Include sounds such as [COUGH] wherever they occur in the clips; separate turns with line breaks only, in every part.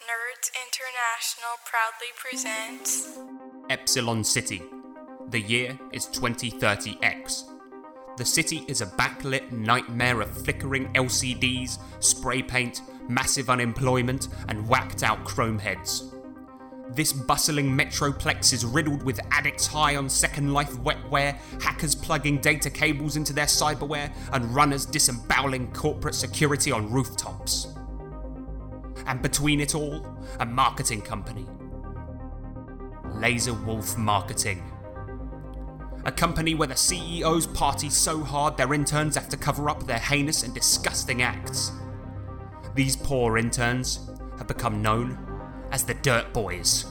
Nerds International proudly presents
Epsilon City. The year is 2030X. The city is a backlit nightmare of flickering LCDs, spray paint, massive unemployment, and whacked out chrome heads. This bustling metroplex is riddled with addicts high on Second Life wetware, hackers plugging data cables into their cyberware, and runners disemboweling corporate security on rooftops. And between it all, a marketing company Laser Wolf Marketing. A company where the CEOs party so hard their interns have to cover up their heinous and disgusting acts. These poor interns have become known as the Dirt Boys.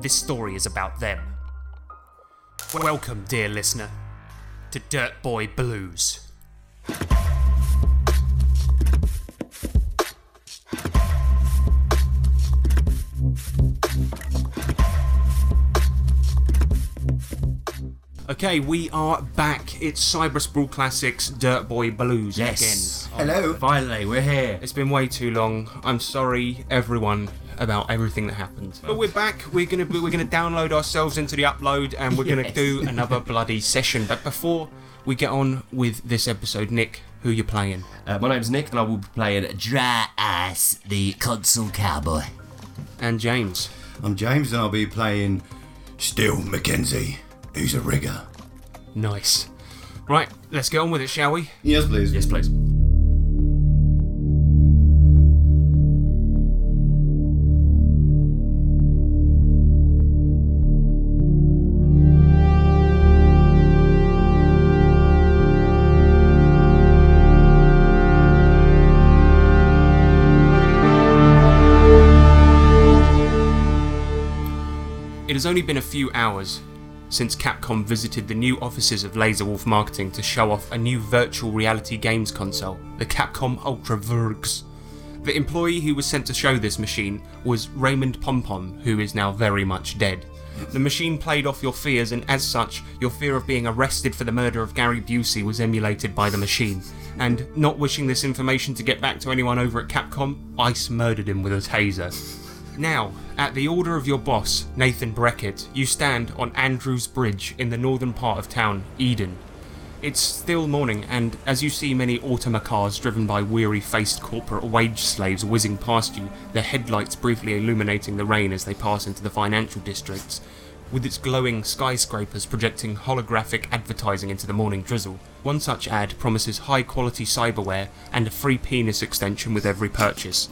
This story is about them. Welcome, dear listener, to Dirt Boy Blues. Okay, we are back. It's Cyber Sprawl Classics Dirt Boy Blues
Yes.
again.
Hello.
Finally, we're here.
It's been way too long. I'm sorry, everyone, about everything that happened. But we're back. We're gonna be, we're gonna download ourselves into the upload, and we're gonna
Yes.
do another bloody session. But before we get on with this episode, Nick, who you playing?
Uh, my name's Nick, and I will be playing Dry Ass, the console cowboy.
And James.
I'm James, and I'll be playing Steel McKenzie. He's a rigger.
Nice. Right, let's get on with it, shall we?
Yes, please.
Yes, please.
It has only been a few hours since Capcom visited the new offices of Laserwolf Marketing to show off a new virtual reality games console, the Capcom Ultra Vergs. The employee who was sent to show this machine was Raymond Pompom, who is now very much dead. The machine played off your fears, and as such, your fear of being arrested for the murder of Gary Busey was emulated by the machine. And not wishing this information to get back to anyone over at Capcom, Ice murdered him with a taser. Now, at the order of your boss, Nathan Breckett, you stand on Andrews Bridge in the northern part of town, Eden. It's still morning, and as you see many automa cars driven by weary faced corporate wage slaves whizzing past you, their headlights briefly illuminating the rain as they pass into the financial districts, with its glowing skyscrapers projecting holographic advertising into the morning drizzle. One such ad promises high quality cyberware and a free penis extension with every purchase.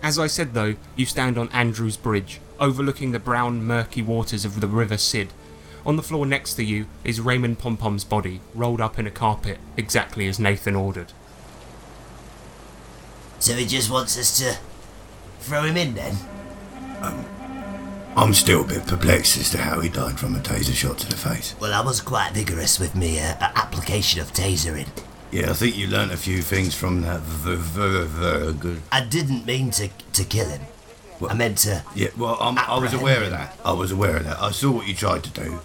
As I said, though, you stand on Andrew's Bridge, overlooking the brown, murky waters of the River Sid. On the floor next to you is Raymond Pompom's body, rolled up in a carpet, exactly as Nathan ordered.
So he just wants us to throw him in then?
I'm still a bit perplexed as to how he died from a taser shot to the face.
Well, I was quite vigorous with me uh, a- application of tasering.
Yeah, I think you learnt a few things from that. V- v- v- good.
I didn't mean to, to kill him. I meant to.
Yeah, well, I'm, I was aware of that. I was aware of that. I saw what you tried to do,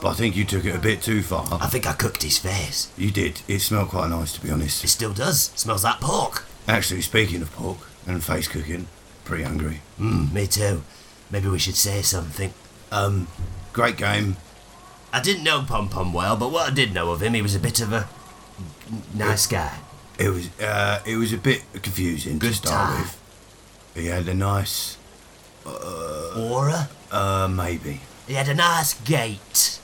but I think you took it a bit too
I
far.
think I cooked his face.
You did. It smelled quite nice, to be
It
honest.
still does. Smells like pork.
Actually, speaking of pork and face cooking, pretty hungry.
Mm, me too. Maybe we should say something. Um,
Great game.
I didn't know Pom Pom well, but what I did know of him, he was a bit of a n- nice guy.
It was uh, it was a bit confusing to start
time.
with. He had a nice
Aura.
uh maybe.
He had a nice gait.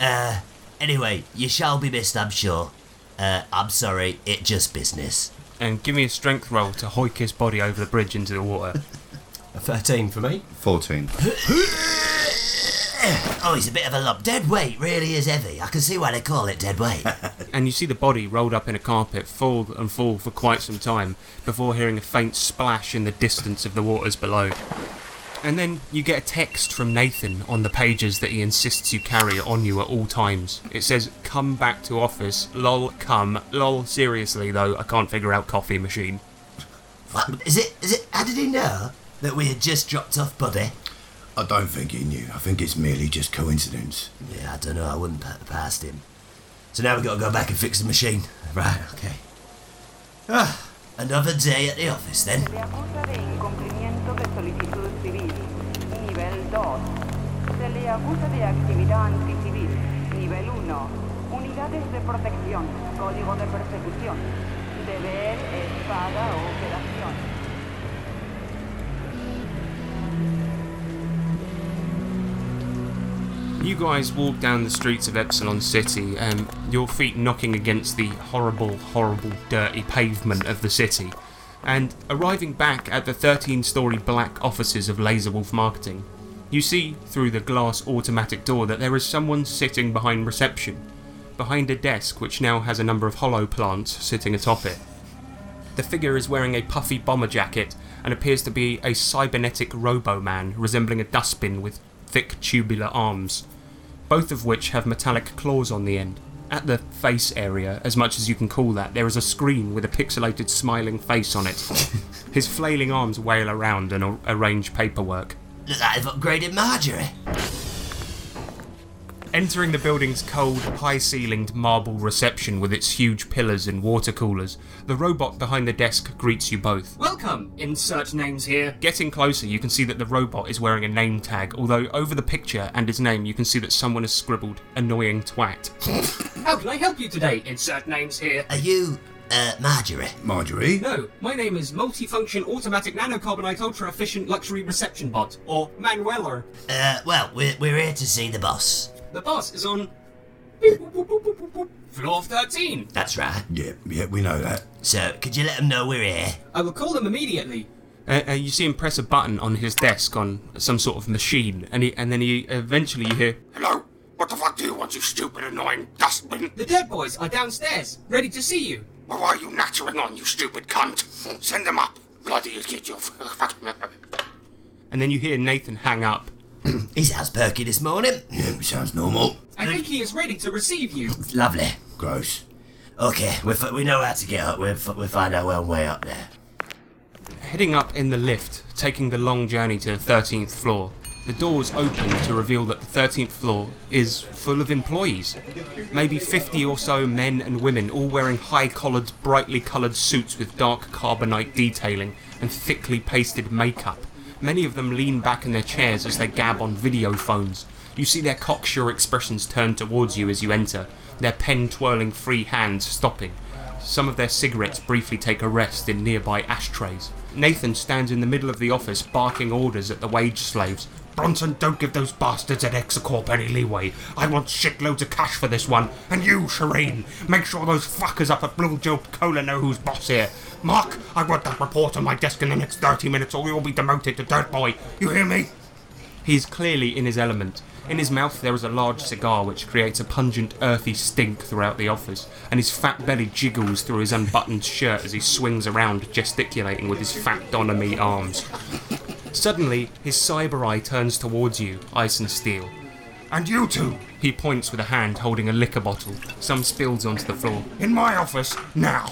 Uh, anyway, you shall be missed, I'm sure. Uh, I'm sorry. It just business.
And give me a strength roll to hoik his body over the bridge into the water.
A 13 for me.
Fourteen.
Oh, he's a bit of a lump. Dead weight really is heavy. I can see why they call it dead [LAUGHS] weight.
and you see the body rolled up in a carpet fall and fall for quite some time before hearing a faint splash in the distance of the waters below. And then you get a text from Nathan on the pages that he insists you carry on you at all times. It says, Come back to office, lol, come, lol, seriously though, I can't figure out coffee machine.
what? Is it? Is it? How did he know that we had just dropped off Buddy?
I don't think he knew. I think it's merely just
[LAUGHS]
coincidence.
Yeah, I don't know. I wouldn't put it past him. So now we've got to go back and fix the machine. Right, okay. Ah, another day at the office then.
Der Batterie inkomplett. se acusa de actividad anticivil. Nivel 1. Unidades de protección. Código de persecución. Deber, espada, operación.
You guys walk down the streets of Epsilon City, um, your feet knocking against the horrible, horrible, dirty pavement of the city, and arriving back at the 13 story black offices of Laserwolf Marketing. You see through the glass automatic door that there is someone sitting behind reception, behind a desk which now has a number of hollow plants sitting atop it. The figure is wearing a puffy bomber jacket and appears to be a cybernetic robo man resembling a dustbin with thick tubular arms both of which have metallic claws on the end. At the face area, as much as you can call that, there is a screen with a pixelated smiling face on it. His flailing arms wail around and ar- arrange paperwork.
Look, I've upgraded Marjorie.
Entering the building's cold, high ceilinged marble reception with its huge pillars and water coolers, the robot behind the desk greets you both. Welcome! Insert names here. Getting closer, you can see that the robot is wearing a name tag, although over the picture and his name, you can see that someone has scribbled annoying twat. How can I help you today? Insert names here.
Are you, uh, Marjorie?
Marjorie?
No, my name is Multifunction Automatic Nanocarbonite Ultra Efficient Luxury Reception Bot, or Manueller.
Uh, well, we're, we're here to see the boss.
The boss is on. Floor 13.
That's right.
Yeah, yeah, we know that.
So, could you let him know we're here?
I will call them immediately. Uh, uh, you see him press a button on his desk on some sort of machine, and he, and then he eventually you hear, "Hello, what the fuck do you want, you stupid annoying dustbin?" The dead boys are downstairs, ready to see you. What are you nattering on, you stupid cunt? Send them up, bloody idiot! You [LAUGHS] fucking. And then you hear Nathan hang up.
He sounds perky this morning.
Yeah, sounds normal.
I think he is ready to receive you.
Lovely.
Gross.
Okay, we f- we know how to get up. We f- we find our own way up there.
Heading up in the lift, taking the long journey to the 13th floor, the doors open to reveal that the 13th floor is full of employees. Maybe 50 or so men and women, all wearing high collared, brightly coloured suits with dark carbonite detailing and thickly pasted makeup. Many of them lean back in their chairs as they gab on video phones. You see their cocksure expressions turned towards you as you enter, their pen twirling free hands stopping. Some of their cigarettes briefly take a rest in nearby ashtrays. Nathan stands in the middle of the office barking orders at the wage slaves. Bronson, don't give those bastards at Exacorp any leeway. I want shitloads of cash for this one. And you, Shireen, make sure those fuckers up at Blue Joe Cola know who's boss here. Mark, I want that report on my desk in the next 30 minutes or we will be demoted to Dirt Boy. You hear me? He is clearly in his element. In his mouth, there is a large cigar which creates a pungent, earthy stink throughout the office, and his fat belly jiggles through his unbuttoned shirt as he swings around, gesticulating with his fat Donamy arms. Suddenly, his cyber eye turns towards you, ice and steel. And you two! He points with a hand holding a liquor bottle. Some spills onto the floor. In my office, now!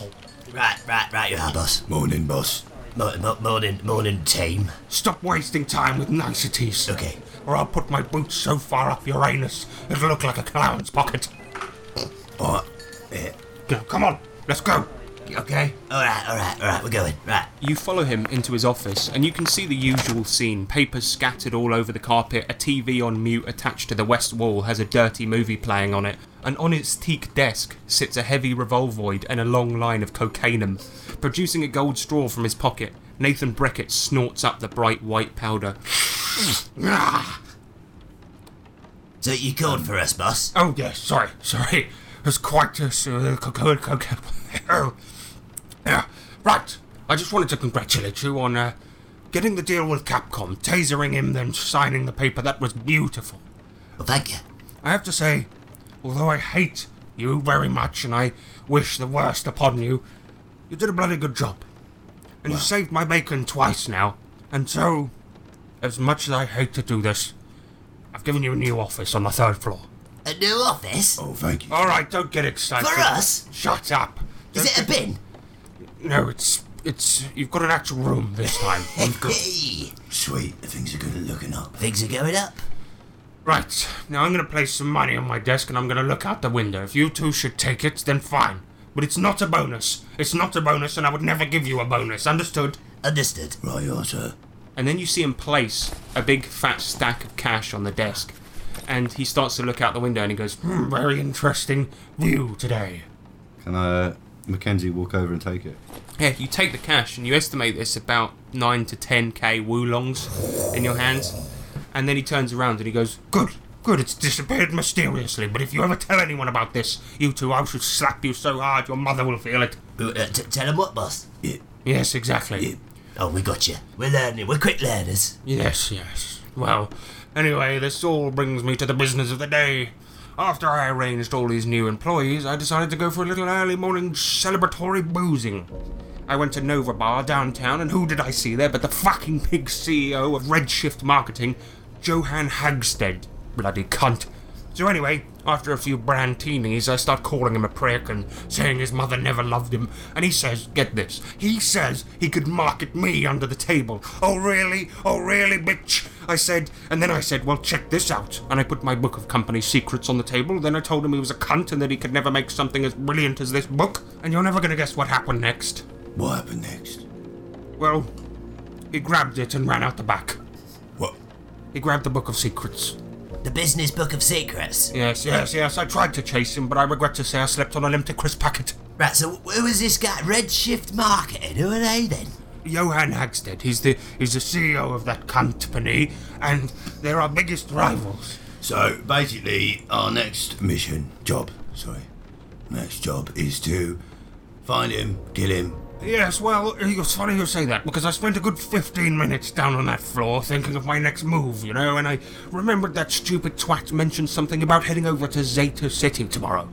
Right, right, right. You are, boss.
Morning, boss.
Mo- mo- morning, morning, team.
Stop wasting time with niceties.
Okay.
Or I'll put my boots so far up your anus it'll look like a clown's pocket.
Alright. Yeah.
Go, come on, let's go. Okay.
All right, all right, all right. We're going. Right.
You follow him into his office, and you can see the usual scene papers scattered all over the carpet, a TV on mute attached to the west wall has a dirty movie playing on it, and on its teak desk sits a heavy revolvoid and a long line of cocainum. Producing a gold straw from his pocket, Nathan Breckett snorts up the bright white powder.
So you called
Um,
for us, boss.
Oh yes, sorry, sorry. It's quite a uh, cocoa cocoa. Oh, yeah. Right. I just wanted to congratulate you on uh, getting the deal with Capcom, tasering him, then signing the paper. That was beautiful.
Well, thank you.
I have to say, although I hate you very much and I wish the worst upon you, you did a bloody good job. And you saved my bacon twice now. And so, as much as I hate to do this, I've given you a new office on the third floor.
A new office
Oh, thank you.
All right, don't get excited.
for us?
Shut up.
Is it a bin?
No, it's it's you've got an actual room this time.
[LAUGHS]
I've got-
Hey,
Sweet. Things are good at looking up.
things are going up.
right now, I'm going to place some money on my desk, and I'm going to look out the window. If you two should take it, then fine. But it's not a bonus. It's not a bonus, and I would never give you a bonus. Understood?
Understood.
Right, you are, sir.
And then you see him place a big fat stack of cash on the desk. and he starts to look out the window and he goes, "Hmm, very interesting view today.
Can I, uh, Mackenzie, walk over and take it?
Yeah, you take the cash and you estimate it's about 9 to 10k Wulongs in your hands. And then he turns around and he goes, Good, good, it's disappeared mysteriously, but if you ever tell anyone about this, you two, I should slap you so hard your mother will feel it.
Uh, uh, t- tell him what, boss?
Yes, exactly.
Oh, we got you. We're learning. We're quick learners.
Yes, yes. Well, anyway, this all brings me to the business of the day. After I arranged all these new employees, I decided to go for a little early morning celebratory boozing. I went to Nova Bar downtown, and who did I see there but the fucking big CEO of Redshift Marketing, Johan Hagstead. Bloody cunt. So anyway, after a few brantinis, I start calling him a prick and saying his mother never loved him. And he says, get this, he says he could market me under the table. Oh really? Oh really, bitch? I said, and then I said, well check this out. And I put my book of company secrets on the table. Then I told him he was a cunt and that he could never make something as brilliant as this book. And you're never gonna guess what happened next.
What happened next?
Well, he grabbed it and ran out the back.
What?
He grabbed the book of secrets.
The business book of secrets.
Yes, yes, yes. I tried to chase him, but I regret to say I slept on an empty crisp packet.
Right, so who is this guy? Redshift Marketing. Who are they then?
Johan Hagstead. He's the he's the CEO of that company, and they're our biggest rivals.
So basically, our next mission, job, sorry, next job is to find him, kill him.
Yes, well, it's funny you say that because I spent a good 15 minutes down on that floor thinking of my next move, you know, and I remembered that stupid twat mentioned something about heading over to Zeta City tomorrow.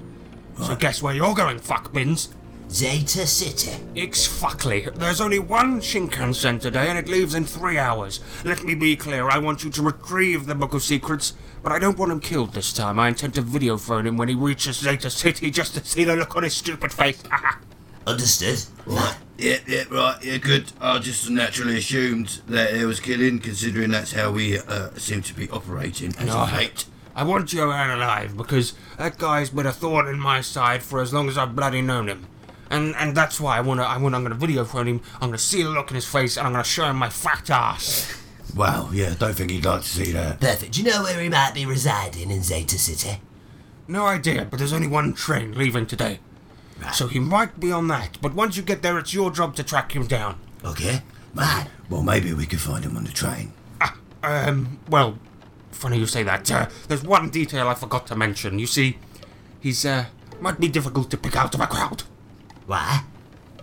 So guess where you're going, fuck bins?
Zeta City.
It's fuckly. There's only one Shinkansen today, and it leaves in three hours. Let me be clear. I want you to retrieve the Book of Secrets, but I don't want him killed this time. I intend to video phone him when he reaches Zeta City just to see the look on his stupid face. [LAUGHS]
Understood.
Right. Yeah, yeah, right, yeah, good. I just naturally assumed that it was killing, considering that's how we uh, seem to be operating as
No.
a hate.
I want Johan alive because that guy's been a thorn in my side for as long as I've bloody known him. And, and that's why I wanna I wanna I'm gonna video phone him, I'm gonna see the look in his face, and I'm gonna show him my fat ass.
Wow, yeah, don't think he'd like to see that.
Perfect. Do you know where he might be residing in Zeta City?
No idea, but there's only one train leaving today. So he might be on that, but once you get there, it's your job to track him down.
Okay.
Man, well, maybe we could find him on the train.
Ah, um, well, funny you say that. Uh, there's one detail I forgot to mention. You see, he's, uh, might be difficult to pick out of a crowd.
Why?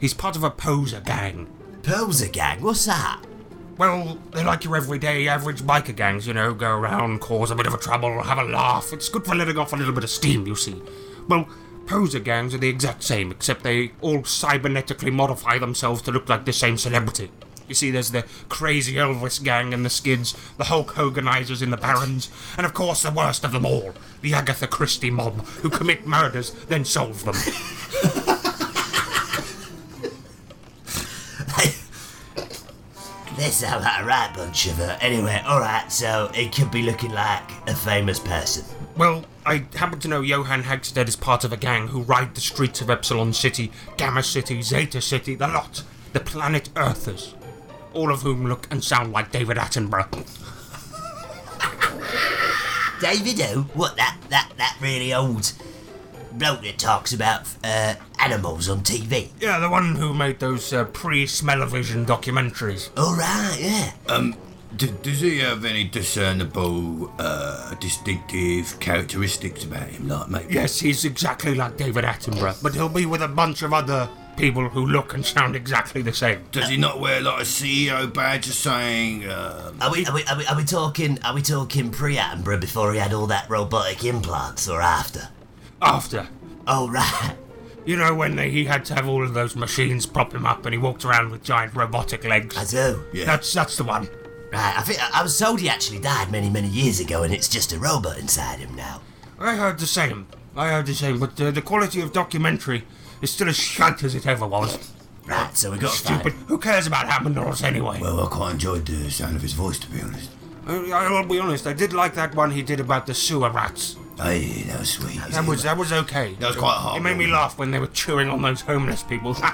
He's part of a poser gang.
Poser gang. What's that? [LAUGHS]
Well, they're like your everyday average biker gangs, you know, go around, cause a bit of a trouble, have a laugh. It's good for letting off a little bit of steam, you see. Well, poser gangs are the exact same, except they all cybernetically modify themselves to look like the same celebrity. You see, there's the crazy Elvis gang and the Skids, the Hulk Hoganizers in the Barons, and of course the worst of them all, the Agatha Christie mob, who commit murders, then solve them.
They sound like a right bunch of her. Anyway, alright, so it could be looking like a famous person.
Well, I happen to know Johan Hagstead is part of a gang who ride the streets of Epsilon City, Gamma City, Zeta City, the lot, the planet Earthers. All of whom look and sound like David Attenborough.
David O, what that that that really old bloke that talks about uh, animals on TV.
Yeah, the one who made those uh, pre smellovision documentaries.
Alright, yeah.
D- does he have any discernible, uh, distinctive characteristics about him? Like, maybe.
Yes, he's exactly like David Attenborough, but he'll be with a bunch of other people who look and sound exactly the same.
Does he not wear like a CEO badge or saying, uh,
Are we, are we, are we, are we talking are we talking pre Attenborough before he had all that robotic implants or after?
After.
Oh right.
You know, when they, he had to have all of those machines prop him up and he walked around with giant robotic legs.
I do.
Yeah.
That's, that's the one.
Right, I think I was told he actually died many, many years ago and it's just a robot inside him now.
I heard the same. I heard the same, but uh, the quality of documentary is still as shite as it ever was.
Right, so we got
Stupid. Who cares about Hammond Norris anyway? Uh,
Well, I quite enjoyed the sound of his voice, to be honest.
I, I'll be honest. I did like that one he did about the sewer rats.
Hey, that was sweet.
That was that was okay.
That was quite
It made me
heartwarming.
laugh when they were chewing on those homeless people. [LAUGHS]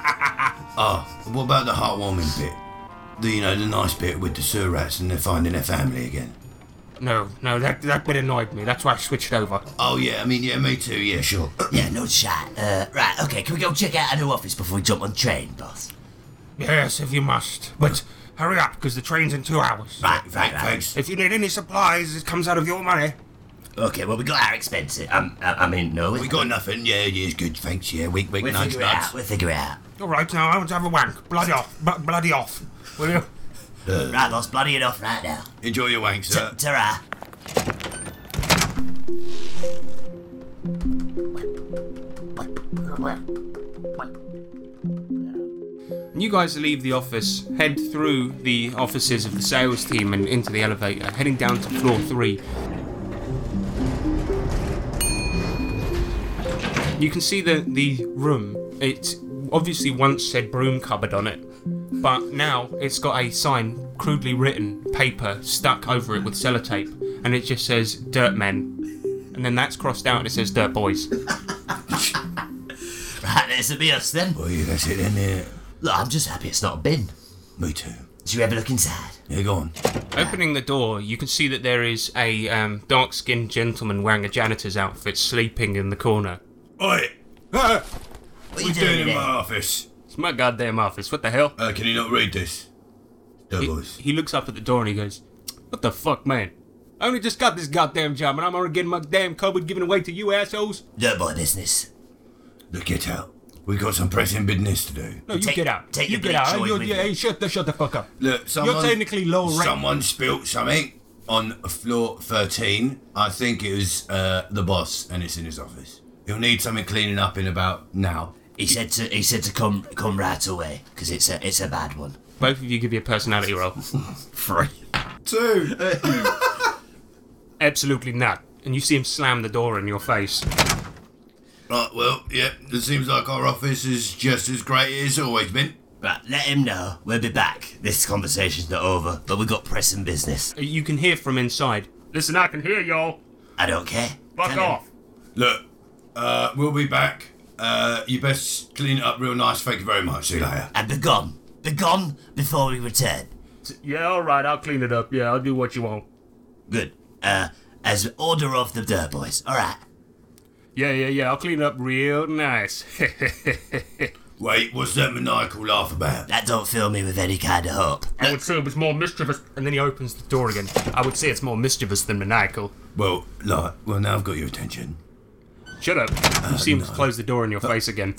Oh, and what about the heartwarming bit? The, you know, the nice bit with the sewer rats and they're finding their family again.
No, no, that, that bit annoyed me. That's why I switched over.
Oh, yeah, I mean, yeah, me too, yeah, sure. [COUGHS]
Yeah, no chat. Uh, right, okay, can we go check out a new office before we jump on the train, boss?
Yes, if you must. But hurry up, because the train's in two hours.
Right, right, right.
Thanks.
If you need any supplies, it comes out of your money.
Okay, well, we got our expenses. Um, I, I mean, no.
We got nothing, yeah, yeah, it's good, thanks, yeah, wink, wink,
We'll
nudge,
figure it out.
nudge.
We'll figure it out.
All right, now I want to have a wank. Bloody off, bl- bloody off. Will you?
Right, boss, bloody enough right now.
Uh, Enjoy your uh. wank,
T-
sir.
Ta-ra.
And You guys leave the office, head through the offices of the sales team and into the elevator, heading down to floor three. You can see the, the room. It's obviously once said broom cupboard on it, but now it's got a sign, crudely written, paper stuck over it with sellotape, and it just says Dirt Men. And then that's crossed out and it says Dirt Boys.
Right, this'll be us then.
Oh, yeah, that's it then, yeah.
Look, I'm just happy it's not a bin.
Me too.
Should we have a look inside?
Yeah, go on.
Opening the door, you can see that there is a um, dark skinned gentleman wearing a janitor's outfit sleeping in the corner.
Oi!
What are
Ah! What
you
you doing in my
there?
office?
It's my goddamn office, what the hell?
Uh, can you not read this? Dirt boys.
He looks up at the door and he goes, What the fuck, man? I only just got this goddamn job and I'm already getting my damn cupboard given away to you assholes.
Dirt boy business.
Look, get out. We got some pressing business to do.
No, you
Take-
get out.
take
you
the
get out.
bleach away
You're-
with
yeah,
you.
hey, shut the, shut the fuck up.
Look, someone.
You're technically low rank.
Someone spilt something on floor 13. I think it was uh, the boss, and it's in his office. He'll need something cleaning up in about now.
He said to he said to come come right away because it's a it's a bad one.
Both of you give me a personality
[LAUGHS]
roll.
Free.
Two!
Absolutely not. And you see him slam the door in your face.
[LAUGHS] right, well, yeah, it seems like our office is just as great as it's always been.
Right, let him know we'll be back. This conversation's not over, but we got pressing business.
You can hear from inside. Listen, I can hear y'all.
I don't care.
Fuck
Tell him.
off.
Look, uh, we'll be back. Uh, you best clean it up real nice. Thank you very much. See you later.
And be gone, be gone before we return.
Yeah, all right, I'll clean it up. Yeah, I'll do what you want.
Good. Uh, as order of the dirt boys. All right.
Yeah, yeah, yeah, I'll clean it up real nice. [LAUGHS]
Wait, what's that maniacal laugh about?
That don't fill me with any kind of hope.
I would say it was more mischievous. And then he opens the door again. I would say it's more mischievous than maniacal.
Well, like, well, now I've got your attention.
Shut up. You seem to close the door in your face again.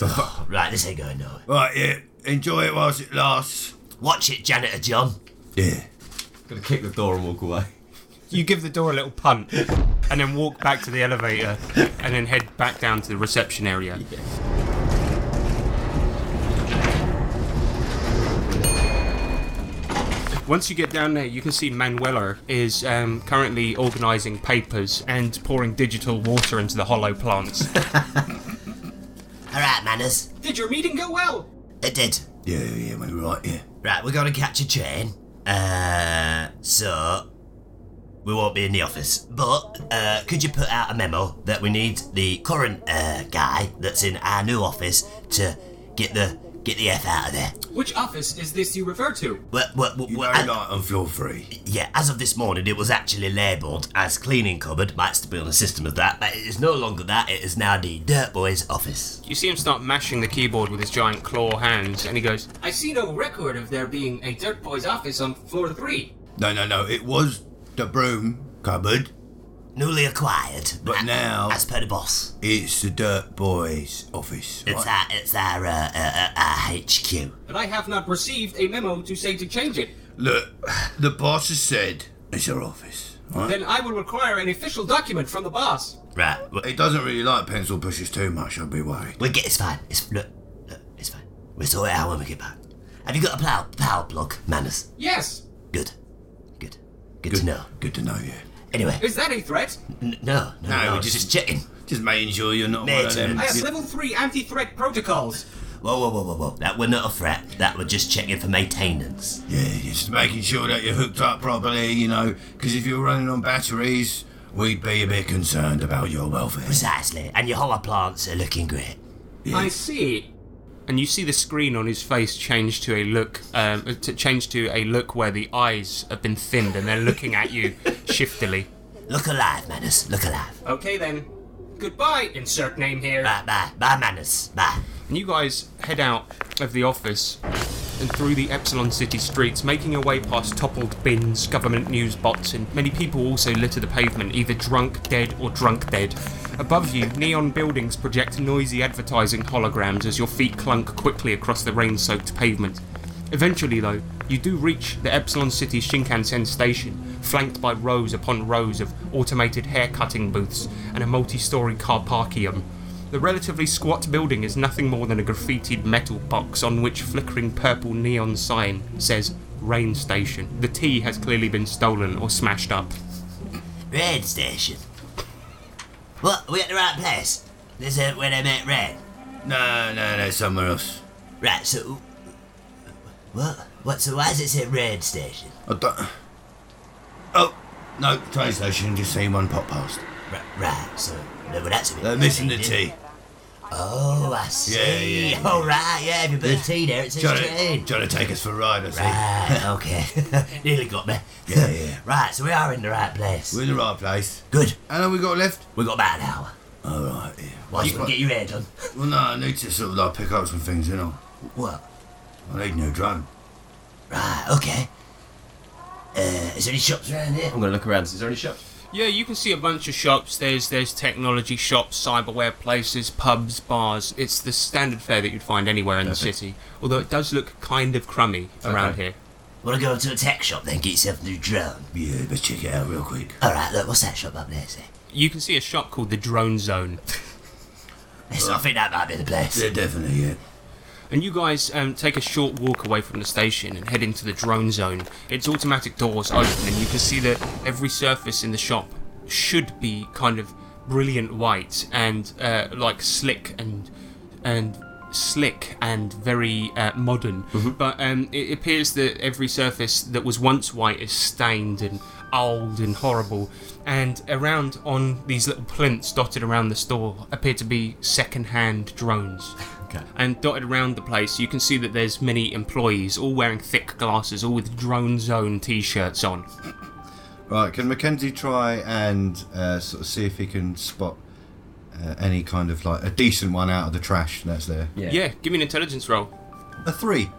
Right, this ain't going nowhere.
Right, yeah, enjoy it whilst it lasts.
Watch it, janitor John.
Yeah.
Gonna kick the door and walk away.
You give the door a little punt and then walk back to the elevator and then head back down to the reception area. Once you get down there, you can see Manuela is um, currently organising papers and pouring digital water into the hollow plants.
All right, manners.
Did your meeting go well?
It did.
Yeah, yeah, mate, right, yeah.
Right, we're going to catch a train. Uh, so we won't be in the office. But uh, could you put out a memo that we need the current uh, guy that's in our new office to get the get the f out of there?
Which office is this you refer to?
Well, well, well,
You know,
well,
like
I-
on floor three.
yeah, as of this morning, it was actually labelled as cleaning cupboard. Might still be on the system as that, but it is no longer that. It is now the Dirt Boys office.
You see him start mashing the keyboard with his giant claw hands and he goes,
I see no record of there being a Dirt Boy's office on floor three.
No, no, no, it was the broom cupboard,
Newly acquired,
but now
as per the boss.
it's the Dirt Boys office.
It's
Right?
our, it's our, uh, uh, uh, our HQ.
But I have not received a memo to say to change it.
Look, the boss has said it's our office. Right?
Then I will require an official document from the boss.
Right, w-
He doesn't really like pencil pushes too much, I'd be worried.
We'll get it's fine. It's look, look, it's fine. We'll sort it out when we get back. Have you got a plow power plug, Manners?
Yes.
Good. Good. Good, to know.
Good to know you.
Anyway,
Is that a threat?
n- no, no,
No,
no,
we
just, just
just-
checking.
Just making sure you're not one of them.
Maintenance.
I have level three anti-threat protocols.
Whoa, whoa, whoa, whoa, whoa. That were not a threat. That were just checking for maintenance.
Yeah, just making sure that you're hooked up properly, you know, because if you're running on batteries, we'd be a bit concerned about your welfare.
Precisely. And your hollow plants are looking great.
I see.
and you see the screen on his face change to a look, um, to change to a look where the eyes have been thinned and they're looking at you [LAUGHS] shiftily.
Look alive, Manners. Look alive.
Okay then. Goodbye, insert name here.
Bye, bye, bye, Manners. Bye.
And you guys head out of the office and through the Epsilon City streets, making your way past toppled bins, government news bots, and many people also litter the pavement, either drunk, dead, or drunk dead. Above you, neon buildings project noisy advertising holograms as your feet clunk quickly across the rain soaked pavement. Eventually, though, you do reach the Epsilon City Shinkansen station, flanked by rows upon rows of automated hair cutting booths and a multi story car parkium. The relatively squat building is nothing more than a graffitied metal box on which flickering purple neon sign says Rain Station. The T has clearly been stolen or smashed up.
Rain station. What? We at the right place? This ain't where they make rain.
No, no, no, somewhere else.
Right. So, what? What? So why does it say rain station?
I don't. Oh, no, train station, just seen one pop past.
Right. right so no, that's a bit.
They're missing the
misleading.
T.
Oh, I see.
Yeah, yeah,
All right. Yeah. If you put a T there, it says
Trying
train.
to, trying to take us for a ride, I see.
Right.
[LAUGHS]
Okay. [LAUGHS] Nearly got me.
Yeah, yeah.
[LAUGHS] Right. So we are in the right place.
We're in the right place.
Good.
How long we got left?
We got about an hour.
Alright, yeah.
Whilst we
got-
get your hair done.
Well, no, I need to sort of like pick up some things, you know.
[LAUGHS] What?
I need a new drone.
Right. Okay. Uh, is there any shops around here?
I'm gonna look around. Is there any shops?
Yeah, you can see a bunch of shops. There's there's technology shops, cyberware places, pubs, bars. It's the standard fare that you'd find anywhere in the city. Although it does look kind of crummy around
Okay.
here.
Want to go to a tech shop then? Get yourself a new drone.
Yeah, but check it out real quick.
All right. Look, what's that shop up there? Say?
You can see a shop called the Drone Zone.
So I think that might be the place.
Yeah, definitely, yeah.
And you guys um, take a short walk away from the station and head into the drone zone. Its automatic doors open, and you can see that every surface in the shop should be kind of brilliant white and uh, like slick and and slick and very uh, modern. But um, it appears that every surface that was once white is stained and old and horrible. And around on these little plinths dotted around the store appear to be second-hand drones and dotted around the place you can see that there's many employees all wearing thick glasses all with drone zone t-shirts on
Right, can Mackenzie try and uh, sort of see if he can spot uh, any kind of like a decent one out of the trash that's there?
yeah, give me an intelligence roll
A three.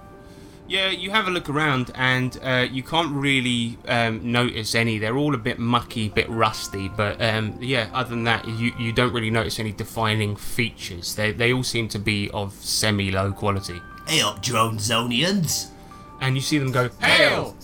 yeah you have a look around and uh, you can't really um, notice any they're all a bit mucky bit rusty but um, yeah other than that you, you don't really notice any defining features they, they all seem to be of semi low quality
Hey up, drone zonians.
and you see them go hail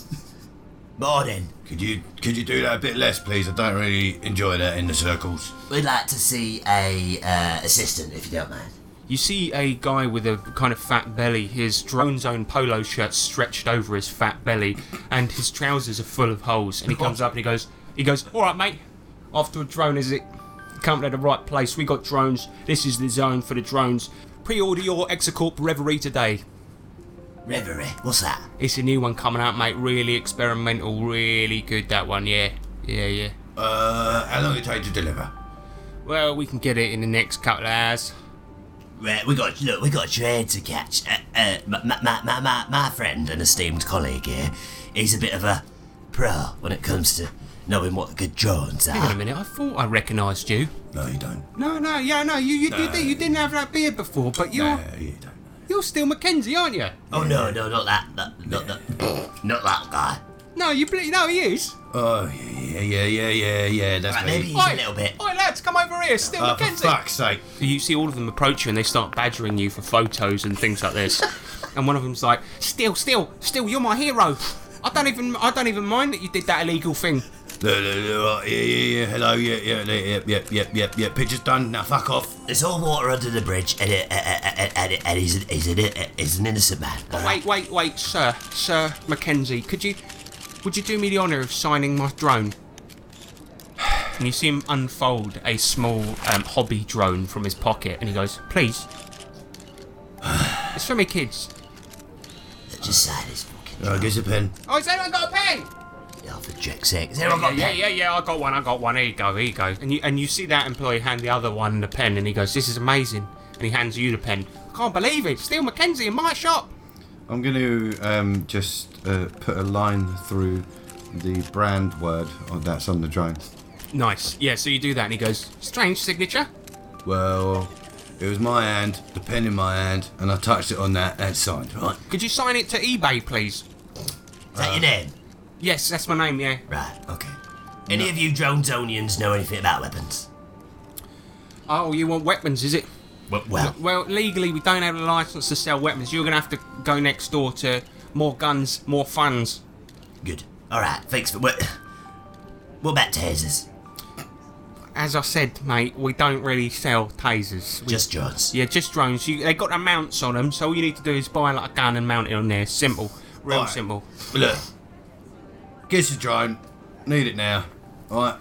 Morning.
Could you could you do that a bit less, please? I don't really enjoy that in the circles.
We'd like to see a uh, assistant, if you don't mind.
You see a guy with a kind of fat belly, his drone zone polo shirt stretched over his fat belly, and his trousers are full of holes. And he comes up and he goes, he goes, all right, mate. After a drone, is it? Come to the right place. We got drones. This is the zone for the drones. Pre-order your Exacorp Reverie today.
Reverie. What's that?
It's a new one coming out, mate. Really experimental. Really good that one. Yeah, yeah, yeah.
Uh, how long it take to deliver?
Well, we can get it in the next couple of hours.
Right, we got look, we got a train to catch. Uh, uh, my, my, my, my, my friend and esteemed colleague here, he's a bit of a pro when it comes to knowing what good drones
Hang on a
are.
minute. I thought I recognised you.
No, you don't.
No, no, yeah, no. You, you did
No.
that. You didn't have that beard before, but you're.
No, you don't.
You're still Mackenzie, aren't you?
Oh no, no, not that, that not that, not that guy.
No, you bloody know he is.
Oh, yeah, yeah, yeah, yeah, yeah. That's
Right,
me.
maybe he's a little bit.
Oi, lads, come over here. Still
Oh, for
Mackenzie.
fuck's sake!
You see all of them approach you and they start badgering you for photos and things like [LAUGHS] this. and one of them's like, "Still, still, still, you're my hero. I don't even, I don't even mind that you did that illegal thing."
Look, look, look, right, yeah, yeah, yeah. Hello, yeah, yeah, yeah, yeah, yeah, yeah, yeah, yeah. Picture's done. Now fuck off.
There's all water under the bridge, and it, uh, uh, uh, and, it, and he's an, he's an, he's an innocent man. all right?
Oh, Wait, wait, wait, sir, sir Mackenzie, could you, would you do me the honour of signing my drone? [SIGHS] And you see him unfold a small um, hobby drone from his pocket, and he goes, "Please, [SIGHS] it's for me kids."
Just sign his fucking.
Right, here's a pen.
Oh, has anyone got a pen?
Oh, for Jack's sake! Has anyone got a
yeah,
pen?
yeah, yeah, I got one, I got one. Here you go, here you go. And you and you see that employee hand the other one the pen, and he goes, "This is amazing." And he hands you the pen. I can't believe it. Steel Mackenzie in my shop.
I'm going to um, just uh, put a line through the brand word on- that's on the drone.
Nice. Yeah, so you do that, and he goes, strange signature.
Well, it was my hand, the pen in my hand, and I touched it on that and signed, right?
Could you sign it to eBay, please?
Is that your name?
Yes, that's my name, yeah.
Right, okay. Any of you Dronesonians know anything about weapons?
Oh, you want weapons, is it?
Well, well
Well, legally, we don't have a license to sell weapons. You're going to have to go next door to more guns, more funds.
good. Alright, thanks for. What, [SIGHS] what about tasers?
As I said, mate, we don't really sell tasers. We-
Just Jones.
yeah, just drones. You, they got the mounts on them, so all you need to do is buy like a gun and mount it on there. Simple, real
Alright.
simple.
Look, gives the drone, need it now, right?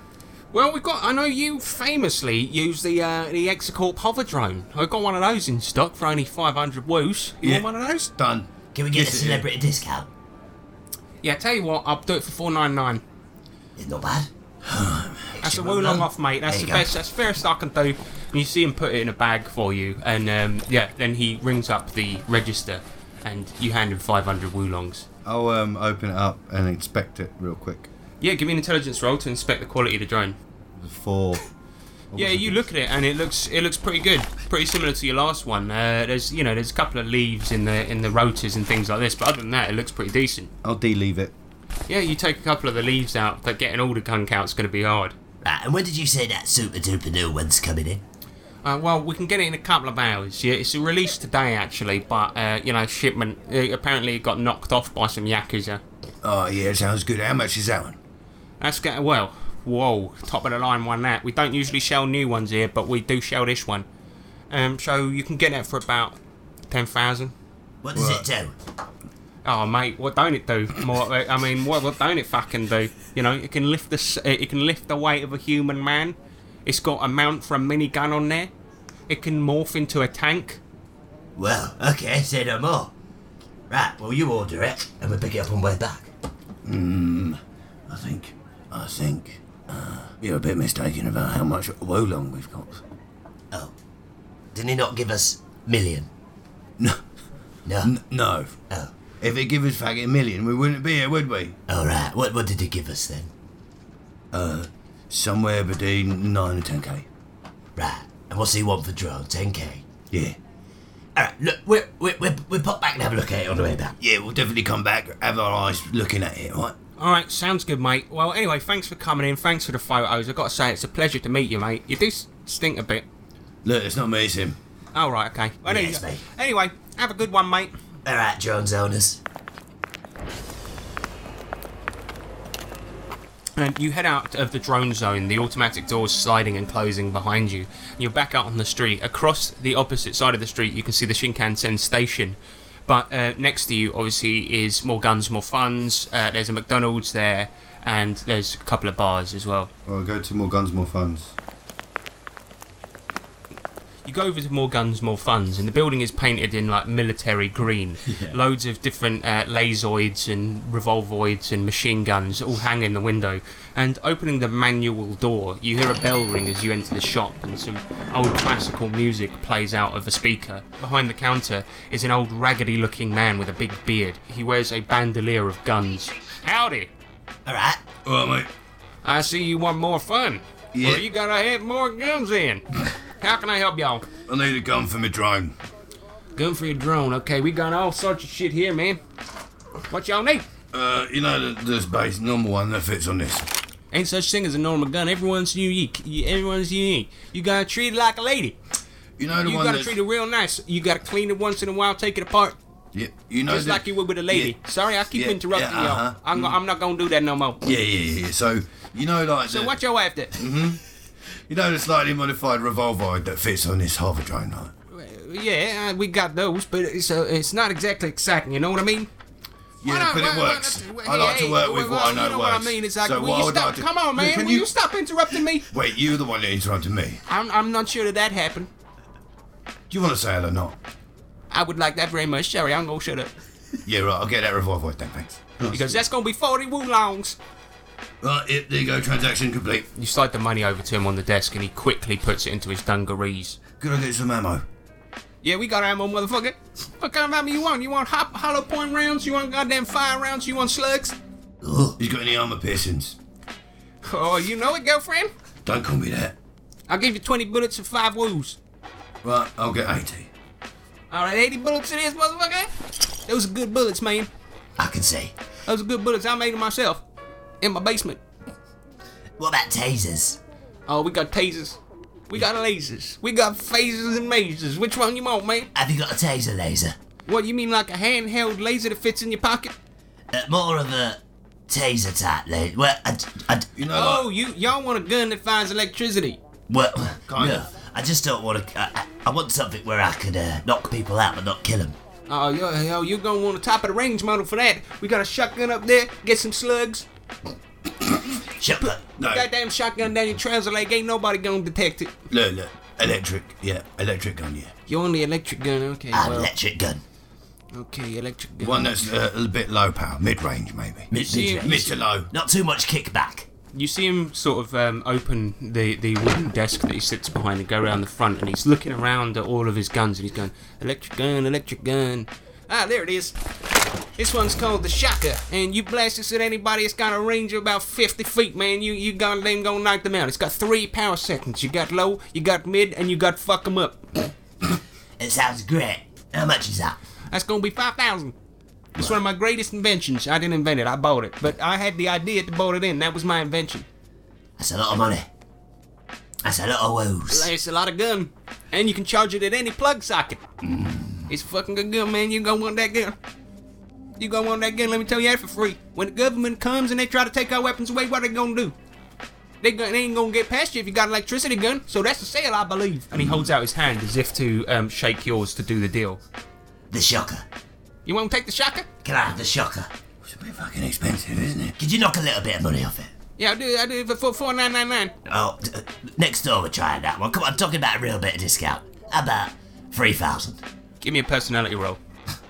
Well, we've got. I know you famously use the uh, the Exacorp hover drone. I got one of those in stock for only five hundred woos. You
Yeah.
want one of those?
Done.
Can we get
Yes,
a
it is.
celebrity discount?
Yeah, tell you what, I'll do it for four nine nine.
It's not bad.
That's a
well
woo long
done.
off, mate. That's
There
the
you go.
best. That's the fairest I can do. And you see him put it in a bag for you, and um, yeah, then he rings up the register, and you hand him five hundred wulongs.
I'll um, open it up and inspect it real quick.
Yeah, give me an intelligence roll to inspect the quality of the drone.
Before.
Yeah, you look at it and it looks it looks pretty good, pretty similar to your last one. Uh, there's you know there's a couple of leaves in the in the rotors and things like this, but other than that, it looks pretty decent.
I'll de-leave it.
Yeah, you take a couple of the leaves out, but getting all the gunk out's going to be hard.
Right, and when did you say that super duper new one's coming in?
Uh, well, we can get it in a couple of hours. Yeah, it's released today actually, but uh, you know shipment uh, apparently it got knocked off by some yakuza.
Oh, yeah, sounds good. How much is that one?
That's getting well. Whoa, top of the line one that. We don't usually sell new ones here, but we do sell this one. Um, so you can get that for about ten thousand.
What does it do?
Oh mate, what don't it do? More, uh, I mean, what, what don't it fucking do? You know, it can lift the s- uh, it can lift the weight of a human man. It's got a mount for a minigun on there. It can morph into a tank.
Well, okay, say no more. Right, well, you order it, and we'll pick it up on the way back.
Hmm, I think, I think, uh, you're a bit mistaken about how much Wolong we've got.
Oh. Didn't he not give us million?
No,
No.
n- no.
Oh.
If it give us back a million, we wouldn't be here, would we?
All right. What what did he give us then?
Uh, Somewhere between nine and ten k.
Right. And what's he want for drone? 10k.
Yeah.
All right. Look, we we we we pop back and have a look at it on the way back.
Yeah, we'll definitely come back, have our eyes looking at it, right?
All right, sounds good, mate. Well, anyway, thanks for coming in. Thanks for the photos. I've got to say, it's a pleasure to meet you, mate. You do s- stink a bit.
Look, it's not me, it's him.
All right, okay. Well,
Yeah, it's
anyway-
me.
Anyway, have a good one, mate.
All right, drones owners.
And you head out of the drone zone, the automatic doors sliding and closing behind you. And you're back out on the street. Across the opposite side of the street, you can see the Shinkansen station. But uh, next to you, obviously, is more guns, more funds. Uh, there's a McDonald's there, and there's a couple of bars as well.
Well, go to more guns, more funds.
You go over to more guns, more funds, and the building is painted in like military green. Loads of different uh, lasoids and revolvoids and machine guns all hang in the window. And opening the manual door, you hear a bell ring as you enter the shop, and some old classical music plays out of a speaker. Behind the counter is an old raggedy-looking man with a big beard. He wears a bandolier of guns. Howdy!
All right.
All right, mate.
I see you want more fun.
Yeah.
Well, you gotta have more guns in. How can I help y'all?
I need a gun for my drone.
Gun for your drone. Okay, we got all sorts of shit here, man. What y'all need?
Uh, you know the, the base normal one that fits on this.
Ain't such thing as a normal gun. Everyone's unique. You- Everyone's unique. You gotta treat it like a lady.
You know the
You
one
gotta
that's-
treat it real nice. You gotta clean it once in a while, take it apart,
Yeah, you know
just
the-
like you would with a lady.
Yeah.
Sorry, I keep
Yeah,
interrupting
yeah, uh-huh.
y'all. I'm, go- I'm not gonna do that no more.
Yeah, yeah, yeah. yeah. So you know, like
So
the,
what y'all after?
you know the slightly modified revolvoid that fits on this hover drone, right?
yeah, uh, we got those, but it's uh, it's not exactly exciting. You know what I mean?
Yeah,
Why not?
but it
Why- why
works.
not?
I like
Hey,
to work
hey,
with
well,
what I
you
know,
what
works.
I mean? It's like,
so
will
what I
you
would
stop?
like to-
Come on, man.
Can
Will you stop interrupting me?
Wait, you're the one that interrupted me.
I'm, I'm not sure that that happened.
Do you want to say it or not?
I would like that very much. Sorry, I'm gonna shut up.
Yeah, right. I'll get that revolvoid then, thanks.
Because that's gonna be 40 wulongs.
Right, yep, there you go. Transaction complete.
You slide the money over to him on the desk and he quickly puts it into his dungarees.
Could I get some ammo?
Yeah, we got ammo, motherfucker. What kind of ammo you want? You want hop, hollow point rounds? You want goddamn fire rounds? You want slugs?
Ugh.
He's got any armor piercings.
Oh, you know it, girlfriend.
Don't call me that.
I'll give you 20 bullets and 5 woos.
Right, I'll get 80.
Alright, 80 bullets it is, motherfucker. Those are good bullets, man.
I can see.
Those are good bullets I made them myself. In my basement.
What about tasers?
Oh, we got tasers. We got lasers. We got phasers and mazes. Which one you want, man?
Have you got a taser laser?
What, you mean like a handheld laser that fits in your pocket?
Uh, more of a taser type laser. Well, I, I,
You know,
Oh,
like,
you y'all want a gun that finds electricity.
well,
Kind
no,
of.
I just don't want to. I, I, I want something where I could uh, knock people out but not kill them.
Oh, yo, yo, you're gonna want a top of the range model for that. We got a shotgun up there, get some slugs.
Shut up.
no,
Goddamn shotgun down your trouser leg, ain't nobody gonna detect it.
look, look, electric, yeah, electric gun, yeah.
You're on the electric gun, okay,
I have an
well,
Ah, electric gun.
okay, electric gun.
One that's uh, a little bit low power, mid range maybe.
Mid-
see
mid-
him-
Mid to low.
Not too much kickback.
You see him sort of um, open the, the wooden desk that he sits behind and go around the front, and he's looking around at all of his guns and he's going, electric gun, electric gun. Ah, there it is. This one's called the Shaka, and you blast this at anybody, it's got a range of about 50 feet, man. You you goddamn gonna knock them out. It's got three power seconds. You got low, you got mid, and you got fuck 'em up.
It sounds great. How much is that?
That's gonna be 5,000. It's one of my greatest inventions. I didn't invent it, I bought it. But I had the idea to bolt it in. That was my invention.
That's a lot of money. That's a lot of woes.
It's a lot of gun, and you can charge it at any plug socket. It's a fucking good gun, man. You gonna want that gun. You gonna want that gun. Let me tell you that for free. When the government comes and they try to take our weapons away, what they gonna do? They, gon- they ain't gonna get past you if you got an electricity gun. So that's a sale, I believe. And he holds out his hand as if to um, shake yours to do the deal.
The shocker.
You won't take the shocker?
Can I have the shocker?
It's a bit fucking expensive, isn't it?
Could you knock a little bit of money off it?
Yeah, I do. I do it for four nine nine nine.
Oh, d- uh, next door we're trying that one. Come on, I'm talking about a real bit of discount. How about 3,000?
Give me a personality roll.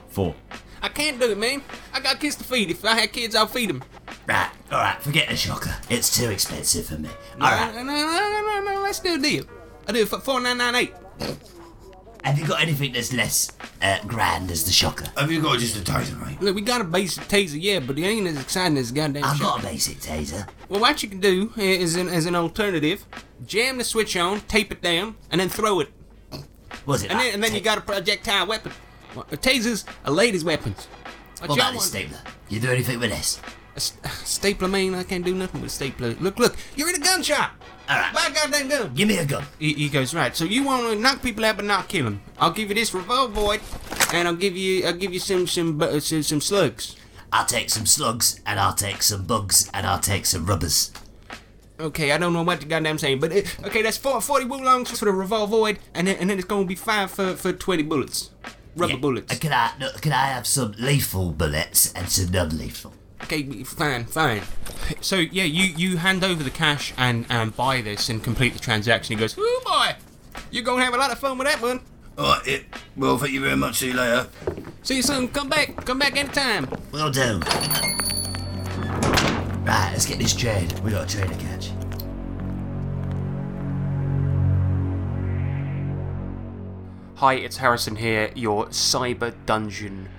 Four.
I can't do it, man. I got kids to feed. If I had kids, I'd feed them.
Right, alright, forget the shocker. It's too expensive for me.
No,
Alright,
no, no, no, no, no, Let's do a deal. I do it for four nine nine eight.
have you got anything that's less uh, grand as the
Oh,
shocker?
Have you got just a taser, mate?
Look, we got a basic taser, yeah, but it ain't as exciting as a goddamn
I've
shotgun.
got a basic taser.
Well, what you can do is, an, as an alternative, jam the switch on, tape it down, and then throw it,
Was it?
and
like
then and then you
ta-
got a projectile weapon. Well, a taser's a lady's weapons. What
What
y'all
about the
want?
stapler? You do anything with this?
A st- stapler, man, I can't do nothing with a stapler. Look, look, you're in a gun shop.
Alright.
Buy a goddamn gun.
Give me a gun.
He, he goes right. So you want to knock people out but not kill them? I'll give you this revolvoid, and I'll give you I'll give you some some bu- uh, some, some slugs.
I'll take some slugs, and I'll take some bugs, and I'll take some rubbers.
Okay, I don't know what the goddamn saying, but uh, okay, that's four, 40 woolongs for the revolvoid, and then, and then it's gonna be five for, for 20 bullets. Rubber
Yeah.
bullets.
Uh, Can I, no, can I have some lethal bullets and some non-lethal?
Okay, fine, fine. So, yeah, you, you hand over the cash and, and buy this and complete the transaction. He goes, Ooh, boy, you're gonna have a lot of fun with that one.
Alright, yeah. well, thank you very much. See you later.
See you soon. Come back. Come back anytime.
Will do. Right, let's get this train. We got a train to catch.
Hi, it's Harrison here, your cyber dungeon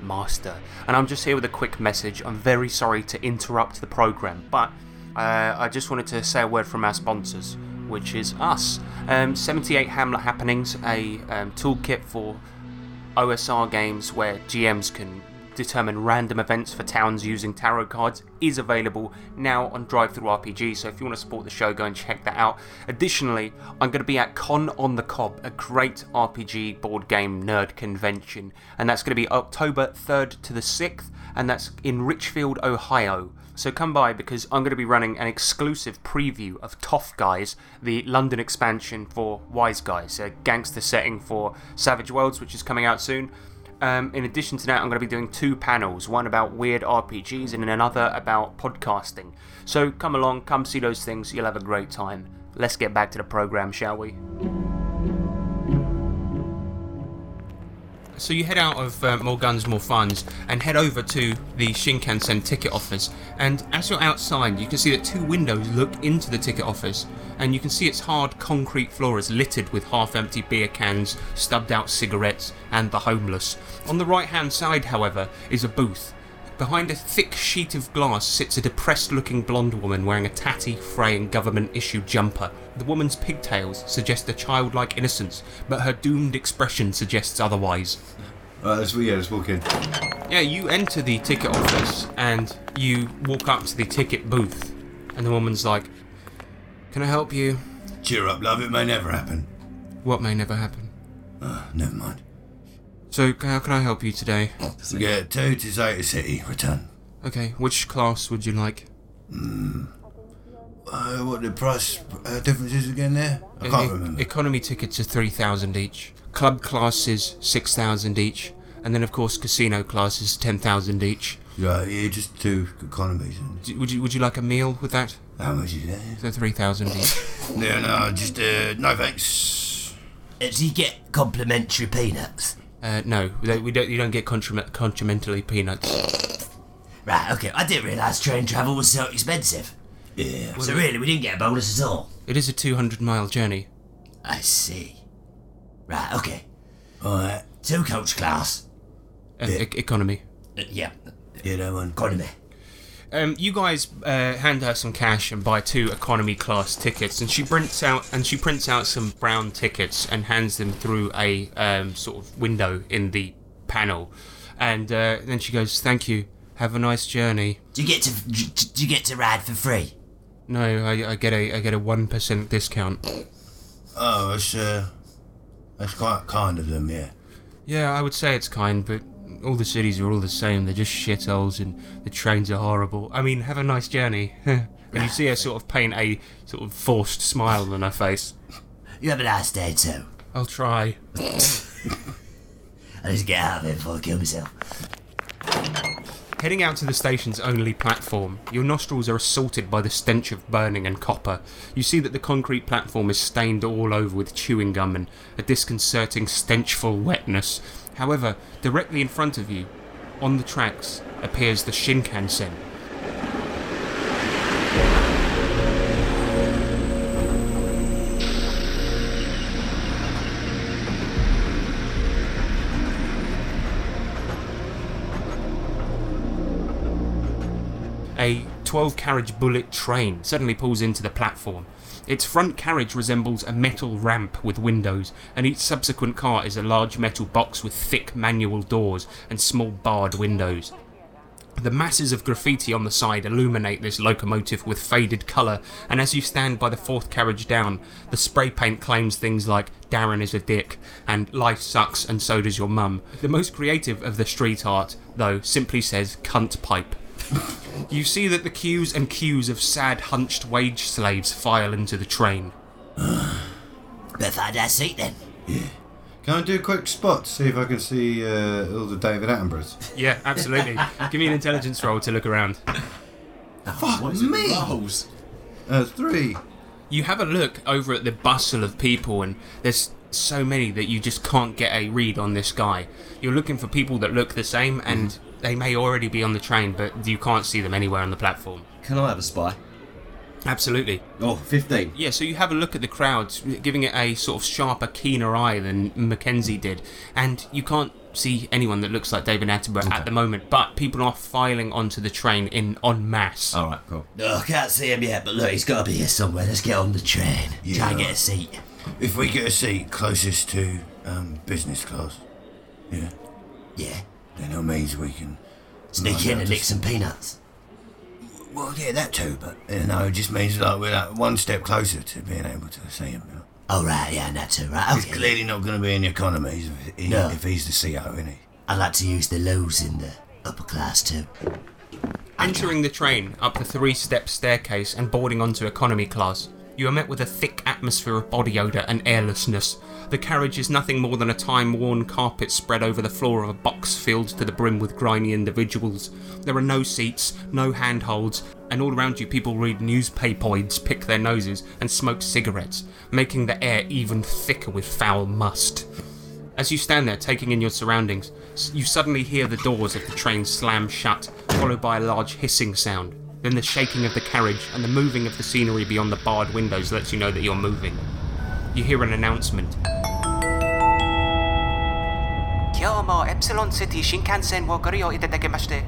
master, and I'm just here with a quick message. I'm very sorry to interrupt the program, but uh, I just wanted to say a word from our sponsors, which is us. Um, 78 Hamlet Happenings, a um, toolkit for OSR games where GMs can determine random events for towns using tarot cards is available now on Drive Through RPG. So if you want to support the show, go and check that out. Additionally, I'm going to be at Con on the Cob, a great RPG board game nerd convention, and that's going to be October 3rd to the 6th, and that's in Richfield, Ohio. So come by because I'm going to be running an exclusive preview of Toff Guys, the London expansion for Wise Guys, a gangster setting for Savage Worlds, which is coming out soon. Um, in addition to that, I'm going to be doing two panels one about weird RPGs and another about podcasting. So come along, come see those things, you'll have a great time. Let's get back to the program, shall we? So you head out of uh, More Guns, More Funds and head over to the Shinkansen ticket office. And as you're outside, you can see that two windows look into the ticket office. And you can see its hard concrete floor is littered with half empty beer cans, stubbed out cigarettes, and the homeless. On the right hand side, however, is a booth Behind a thick sheet of glass sits a depressed looking blonde woman wearing a tatty, fraying government issued jumper. The woman's pigtails suggest a childlike innocence, but her doomed expression suggests otherwise.
Uh, let's, yeah, let's walk in.
Yeah, you enter the ticket office and you walk up to the ticket booth, and the woman's like, Can I help you?
Cheer up, love. It may never happen. Ah,
What may never happen.
Never mind.
So, how can I help you today?
We get two to Zeta City. Return.
Okay, which class would you like?
Uh, what the price uh, difference is again there? I
E-
can't remember.
Economy tickets are 3,000 each. Club classes 6,000 each. And then of course casino classes 10,000 each.
Yeah, yeah, just two economies. isn't it?
D- would you would you like a meal with that?
How much is that?
So 3,000 each.
No, no, just uh, no thanks.
Does he Uh, get complimentary peanuts?
Uh, no, they- we don't you don't get contriment- contrimentally peanuts.
Right, okay, I didn't realise train travel was so expensive.
Yeah.
So really, we didn't get a bonus at all.
It is a 200 mile journey.
I see. Right, okay.
All right.
Two coach class.
Uh, e- economy.
Uh, yeah,
Yeah, that one.
economy.
Um, you guys uh, hand her some cash and buy two economy class tickets, and she prints out and she prints out some brown tickets and hands them through a um, sort of window in the panel, and uh, then she goes, "Thank you. Have a nice journey."
Do you get to do you get to ride for free?
No, I, I get a I get a one percent discount.
Oh, that's uh, that's quite kind of them. Yeah.
Yeah, I would say it's kind, but all the cities are all the same. They're just shitholes, and the trains are horrible. I mean, have a nice journey. [LAUGHS] and you see her sort of paint a sort of forced smile on her face.
You have a nice day too.
I'll try.
I need to get out of here before I kill myself.
Heading out to the station's only platform, your nostrils are assaulted by the stench of burning and copper. You see that the concrete platform is stained all over with chewing gum and a disconcerting stenchful wetness. However, directly in front of you, on the tracks, appears the Shinkansen. A 12 carriage bullet train suddenly pulls into the platform. Its front carriage resembles a metal ramp with windows, and each subsequent car is a large metal box with thick manual doors and small barred windows. The masses of graffiti on the side illuminate this locomotive with faded colour, and as you stand by the fourth carriage down, the spray paint claims things like Darren is a dick and life sucks and so does your mum. The most creative of the street art, though, simply says cunt pipe. You see that the queues and queues of sad, hunched wage slaves file into the train.
Better find our seat then.
Can I do a quick spot to see if I can see uh, all the David Attenboroughs?
Yeah, absolutely. [LAUGHS] Give me an intelligence roll to look around.
Fuck me! Rolls?
Uh, three.
You have a look over at the bustle of people, and there's so many that you just can't get a read on this guy. You're looking for people that look the same, and they may already be on the train, but you can't see them anywhere on the platform.
Can I have a spy?
Absolutely.
Oh, 15.
Yeah, so you have a look at the crowds, giving it a sort of sharper, keener eye than Mackenzie did, and you can't see anyone that looks like David Attenborough at the moment. But people are filing onto the train in en masse.
Alright, cool.
No, I can't see him yet, but look, he's gotta be here somewhere. Let's get on the train. Try and get a seat.
If we get a seat closest to um, business class, yeah,
Yeah.
then it means we can.
Sneak
No,
in
no,
and nick some peanuts.
Well, yeah, that too, but you know, it just means like we're like one step closer to being able to see him. You know?
Oh right, yeah, not too right.
He's
Okay.
clearly not going to be in the economies if, he,
No.
if he's the CO, isn't he?
I like to use the lows in the upper class too.
Entering the train up the three step staircase and boarding onto economy class, you are met with a thick atmosphere of body odour and airlessness. The carriage is nothing more than a time worn carpet spread over the floor of a box filled to the brim with grimy individuals. There are no seats, no handholds, and all around you people read newspapoids, pick their noses, and smoke cigarettes, making the air even thicker with foul must. As you stand there, taking in your surroundings, s- you suddenly hear the doors of the train slam shut, followed by a large hissing sound. Then the shaking of the carriage and the moving of the scenery beyond the barred windows lets you know that you're moving. You hear an announcement.
Kia ora, Epsilon City Shinkansen wo koryo itatakemashite.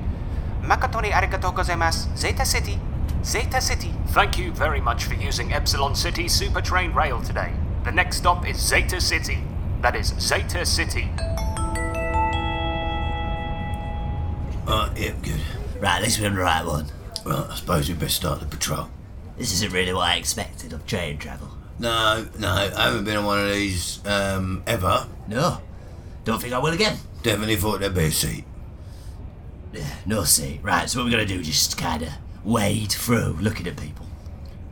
Makoto ni arigatou gozaimasu. Zeta City. Zeta City.
Thank you very much for using Epsilon City Super Train Rail today. The next stop is Zeta City. That is Zeta City.
Uh, yep, good. Right, this one's the right one. Well, I suppose we would best start the patrol. This isn't really what I expected of train travel.
No, no, I haven't been on one of these um, ever.
No, don't think I will again.
Definitely thought there'd be a seat.
[SIGHS] No see. Right, so what we're gonna do is just kinda wade through looking at people.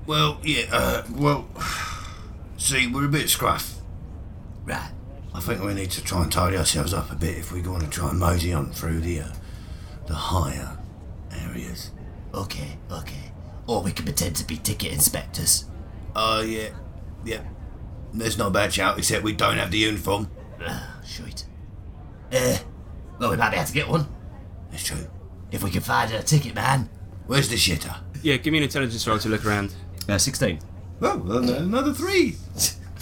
Well, yeah, uh, well, [SIGHS] see, we're a bit scruff.
Right.
I think we need to try and tidy ourselves up a bit if we're going to try and mosey on through the, uh, the higher areas.
Okay, okay. Or we can pretend to be ticket inspectors.
Oh, yeah, yeah. There's no bad shout, except we don't have the uniform.
Shite. Uh, Ah, well, we might be able to get one.
That's true.
If we can find a ticket man.
Where's the shitter?
Yeah, give me an intelligence roll to look around.
Uh, 16.
Oh, another three.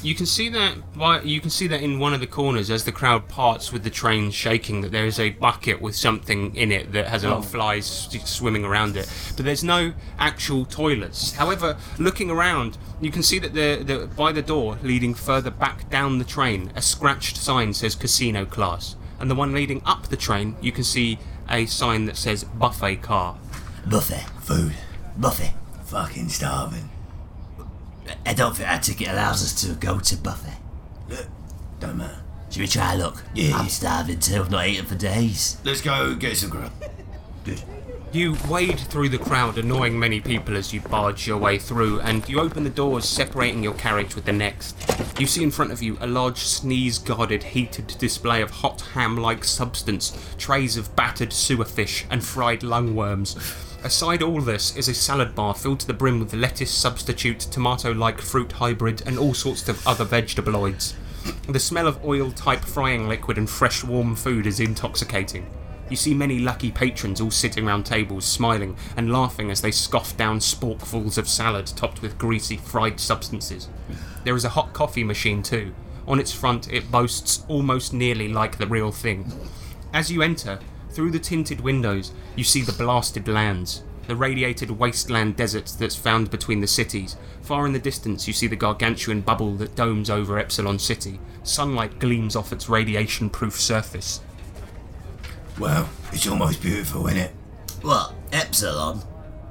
You can see that by you can see that in one of the corners as the crowd parts with the train shaking that there is a bucket with something in it that has a lot of flies s- swimming around it. But there's no actual toilets. However, looking around, you can see that the, the by the door leading further back down the train, a scratched sign says casino class, and the one leading up the train, you can see a sign that says buffet car.
Buffet.
Food.
Buffet.
Fucking starving.
I don't think our ticket allows us to go to buffet.
Look, don't matter.
Should we try a look?
Yeah.
I'm starving too. I've not eaten for days.
Let's go get some grub.
You wade through the crowd, annoying many people as you barge your way through, and you open the doors separating your carriage with the next. You see in front of you a large, sneeze guarded, heated display of hot ham like substance, trays of battered sewer fish, and fried lungworms. Aside all this is a salad bar filled to the brim with lettuce substitute, tomato like fruit hybrid, and all sorts of other vegetabloids. The smell of oil type frying liquid and fresh warm food is intoxicating. You see many lucky patrons all sitting round tables, smiling and laughing as they scoff down sporkfuls of salad topped with greasy fried substances. There is a hot coffee machine too. On its front, it boasts almost nearly like the real thing. As you enter, through the tinted windows, you see the blasted lands, the radiated wasteland desert that's found between the cities. Far in the distance, you see the gargantuan bubble that domes over Epsilon City. Sunlight gleams off its radiation proof surface.
Well, it's almost beautiful, isn't it?
What? Epsilon?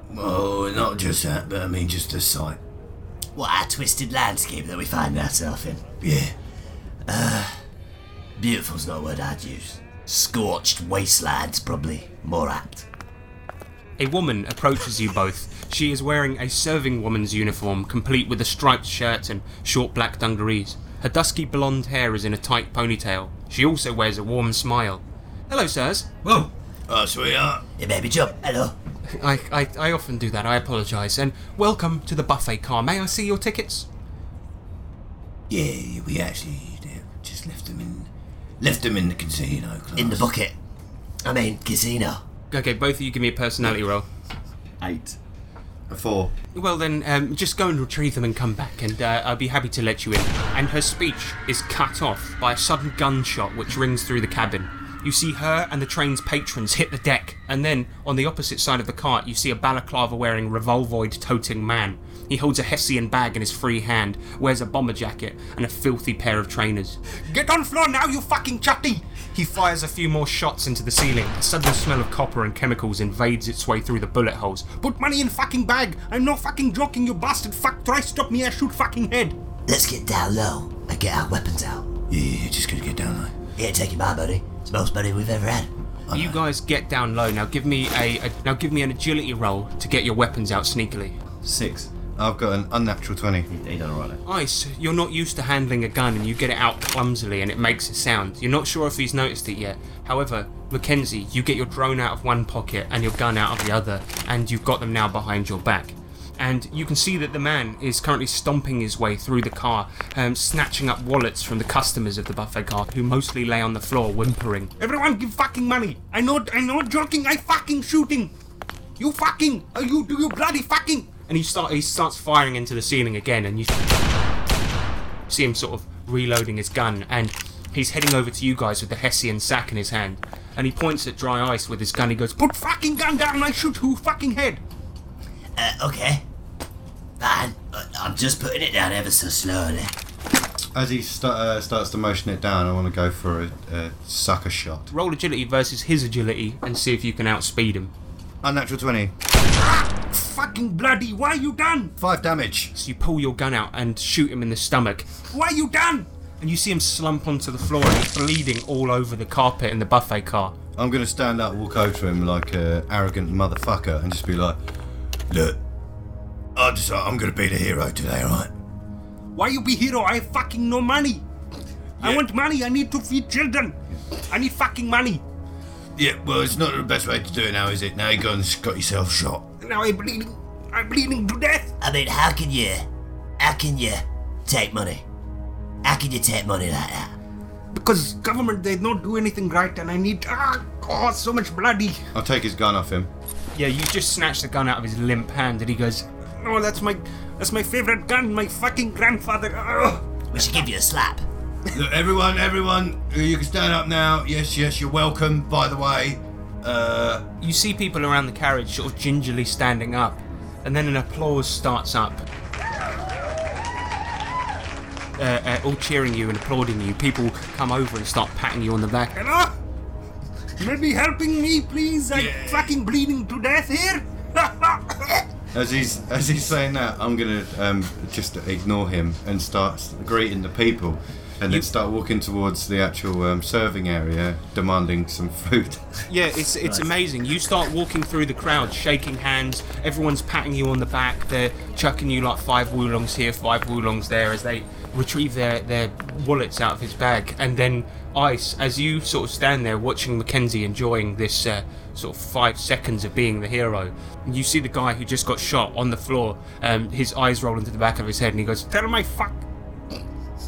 Well, not just that, but I mean just the sight.
What a twisted landscape that we find ourselves in. Uh,
Yeah.
Beautiful's not a word I'd use. Scorched wasteland's probably more apt.
A woman approaches you both. She is wearing a serving woman's uniform, complete with a striped shirt and short black dungarees. Her dusky blonde hair is in a tight ponytail. She also wears a warm smile. Hello, sirs.
Whoa!
[LAUGHS] Oh, sweetheart.
It may be jump. Hello.
I, I, I often do that, I apologise. And welcome to the buffet car. May I see your tickets?
Yeah, we actually yeah, just left them in, left them in the casino. Class.
In the bucket. I mean, casino.
Okay, both of you give me a personality roll.
Eight.
A four.
Well, then, um, just go and retrieve them and come back, and uh, I'll be happy to let you in. And her speech is cut off by a sudden gunshot which rings through the cabin. You see her and the train's patrons hit the deck, and then, on the opposite side of the cart, you see a balaclava wearing, revolvoid toting man. He holds a Hessian bag in his free hand, wears a bomber jacket, and a filthy pair of trainers. Get on floor now, you fucking chutty! He fires a few more shots into the ceiling. A sudden smell of copper and chemicals invades its way through the bullet holes. Put money in fucking bag! I'm not fucking joking, you bastard fuck! Try stop me, I shoot fucking head!
Let's get down low and get our weapons out.
Yeah, just gonna get down there.
Here, take your my money. It's the most money we've ever had.
You guys get down low. Now give me a, a now give me an agility roll to get your weapons out sneakily.
Six.
I've got an unnatural twenty.
He done alright there.
Ice, you're not used to handling a gun and you get it out clumsily and it makes a sound. You're not sure if he's noticed it yet. However, Mackenzie, you get your drone out of one pocket and your gun out of the other, and you've got them now behind your back. And you can see that the man is currently stomping his way through the car, um, snatching up wallets from the customers of the buffet car, who mostly lay on the floor whimpering. Everyone give fucking money! I know, I know, joking, I fucking shooting! You fucking! uh, You do you bloody fucking! And he start he starts firing into the ceiling again, and you see him sort of reloading his gun, and he's heading over to you guys with the Hessian sack in his hand. and he points at Dry Ice with his gun. He goes, "Put fucking gun down! and I shoot who fucking head."
Uh, okay. Fine. Uh, I'm just putting it down ever so slowly.
As he sta uh, starts to motion it down, I want to go for a, a sucker shot.
Roll agility versus his agility, and see if you can outspeed him.
Unnatural twenty.
Fucking bloody! Why you done?
Five damage.
So you pull your gun out and shoot him in the stomach. Why you done? And you see him slump onto the floor and he's bleeding all over the carpet in the buffet car.
I'm gonna stand up, walk over to him like a arrogant motherfucker, and just be like, "Look, I just I'm gonna be the hero today, all right?
Why you be hero? I have fucking no money. I want money. I need to feed children. I need fucking money.
Yeah, well, it's not the best way to do it now, is it? Now you go and got yourself shot.
Now I'm bleeding. I'm bleeding to death.
I mean, how can you? How can you take money? How can you take money like that?
Because government they don't do anything right, and I need ah, oh, so much bloody.
I'll take his gun off him.
Yeah, you just snatched the gun out of his limp hand, and he goes, "No, that's my, that's my favorite gun. My fucking grandfather." Ah, Ugh.
We should give you a slap.
Look, everyone, everyone, uh, you can stand up now. Yes, yes, you're welcome. By the way,
Uh, you see people around the carriage sort of gingerly standing up, and then an applause starts up. Uh, uh, all cheering you and applauding you. People come over and start patting you on the back. Hello? Maybe helping me, please? I'm fucking bleeding to death here.
As he's as he's saying that, I'm gonna um, just ignore him and start greeting the people, and then start walking towards the actual um, serving area, demanding some food.
Yeah, it's
Nice.
it's amazing. You start walking through the crowd, shaking hands. Everyone's patting you on the back. They're chucking you like five wulongs here, five wulongs there, as they retrieve their their wallets out of his bag. And then Ice, as you sort of stand there watching Mackenzie enjoying this uh, sort of five seconds of being the hero, you see the guy who just got shot on the floor. Um, his eyes roll into the back of his head, and he goes, "Tell him I fuck."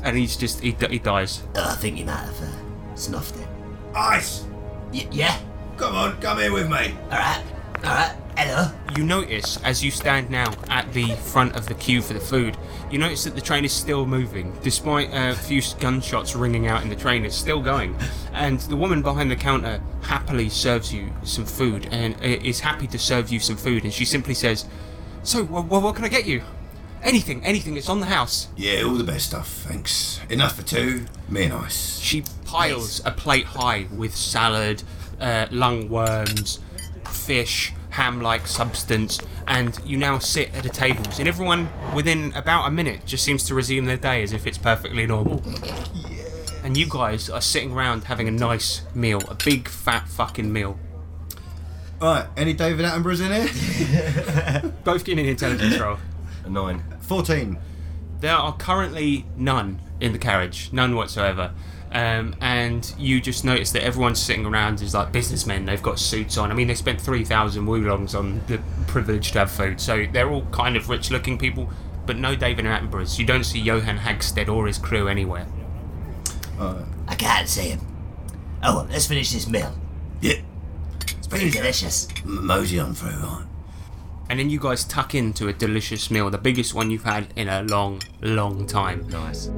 And he's just he, d- he dies.
Oh, I think he might have uh, snuffed it.
Ice,
Y- yeah?
come on, come here with me.
Alright. Alright. Hello?
You notice, as you stand now at the front of the queue for the food, you notice that the train is still moving, despite a few gunshots ringing out in the train. It's still going, and the woman behind the counter happily serves you some food, and i- is happy to serve you some food. And she simply says, "So, wh- wh- what can I get you? Anything, anything. It's on the house."
Yeah, all the best stuff. Thanks. Enough for two. Me and Ice.
She piles a plate high with salad, uh, lung worms, fish, ham like substance, and you now sit at a table. And everyone within about a minute just seems to resume their day as if it's perfectly normal. And you guys are sitting around having a nice meal, a big fat fucking meal.
Right, any David Attenboroughs in
[LAUGHS]
here?
Both getting an intelligence roll.
A nine.
Fourteen.
There are currently none in the carriage, none whatsoever. Um, and you just notice that everyone sitting around is like businessmen. They've got suits on. I mean, they spent 3,000 wulongs on the privilege to have food. So they're all kind of rich looking people, but no David Attenboroughs. You don't see Johan Hagstead or his crew anywhere.
I can't see him. Oh, well, let's finish this meal.
Yeah.
It's pretty delicious.
M- mosey on through, right?
And then you guys tuck into a delicious meal, the biggest one you've had in a long, long time.
Nice.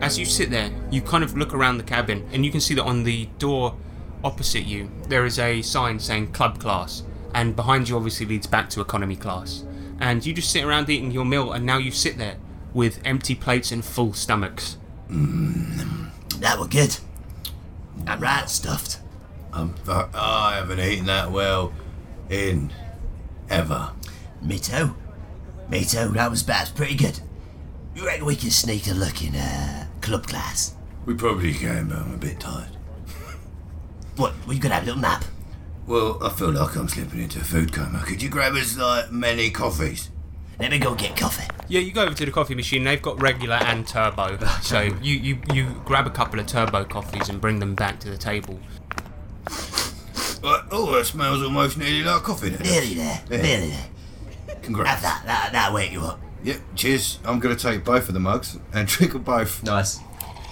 As you sit there, you kind of look around the cabin and you can see that on the door opposite you, there is a sign saying club class. And behind you obviously leads back to economy class. And you just sit around eating your meal and now you sit there with empty plates and full stomachs.
That were good. I'm right stuffed.
I'm, fu- I haven't eaten that well in ever.
Me too. Me too. That was bad. Pretty good. You reckon we can sneak a look in uh, club class?
We probably can, but I'm a bit tired.
What? We could have a little nap.
Well, I feel like I'm slipping into a food coma. Could you grab us like many coffees?
Let me go get coffee.
Yeah, you go over to the coffee machine, they've got regular and [LAUGHS] turbo. So you, you, you grab a couple of turbo coffees and bring them back to the table.
Uh, Oh, that smells almost nearly like coffee. Then.
Nearly there.
Yeah.
Nearly there. Have
Congrats.
that. That that wake you up.
[LAUGHS]
Yep. Cheers. I'm gonna take both of the mugs and drink them both.
Nice.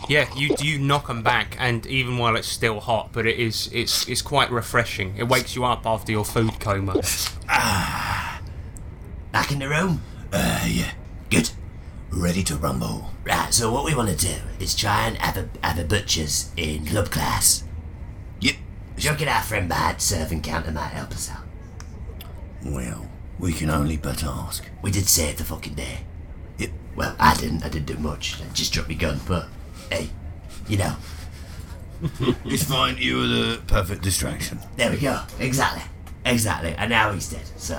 Yeah, you you knock them back, and even while it's still hot, but it is it's it's quite refreshing. It wakes you up after your food [LAUGHS] coma.
Back in the room? Uh, yeah. Good.
Ready to rumble.
Right, so what we want to do is try and have a, have a butcher's in club class. Yep. Joking our friend Bad serving counter might help us out.
Well, we can only but ask.
We did save the fucking day. Yep. Well, I didn't. I didn't do much. I just dropped my gun, but hey, you know.
it's fine, you were the perfect distraction.
There we go. Exactly. Exactly. And now he's dead. So,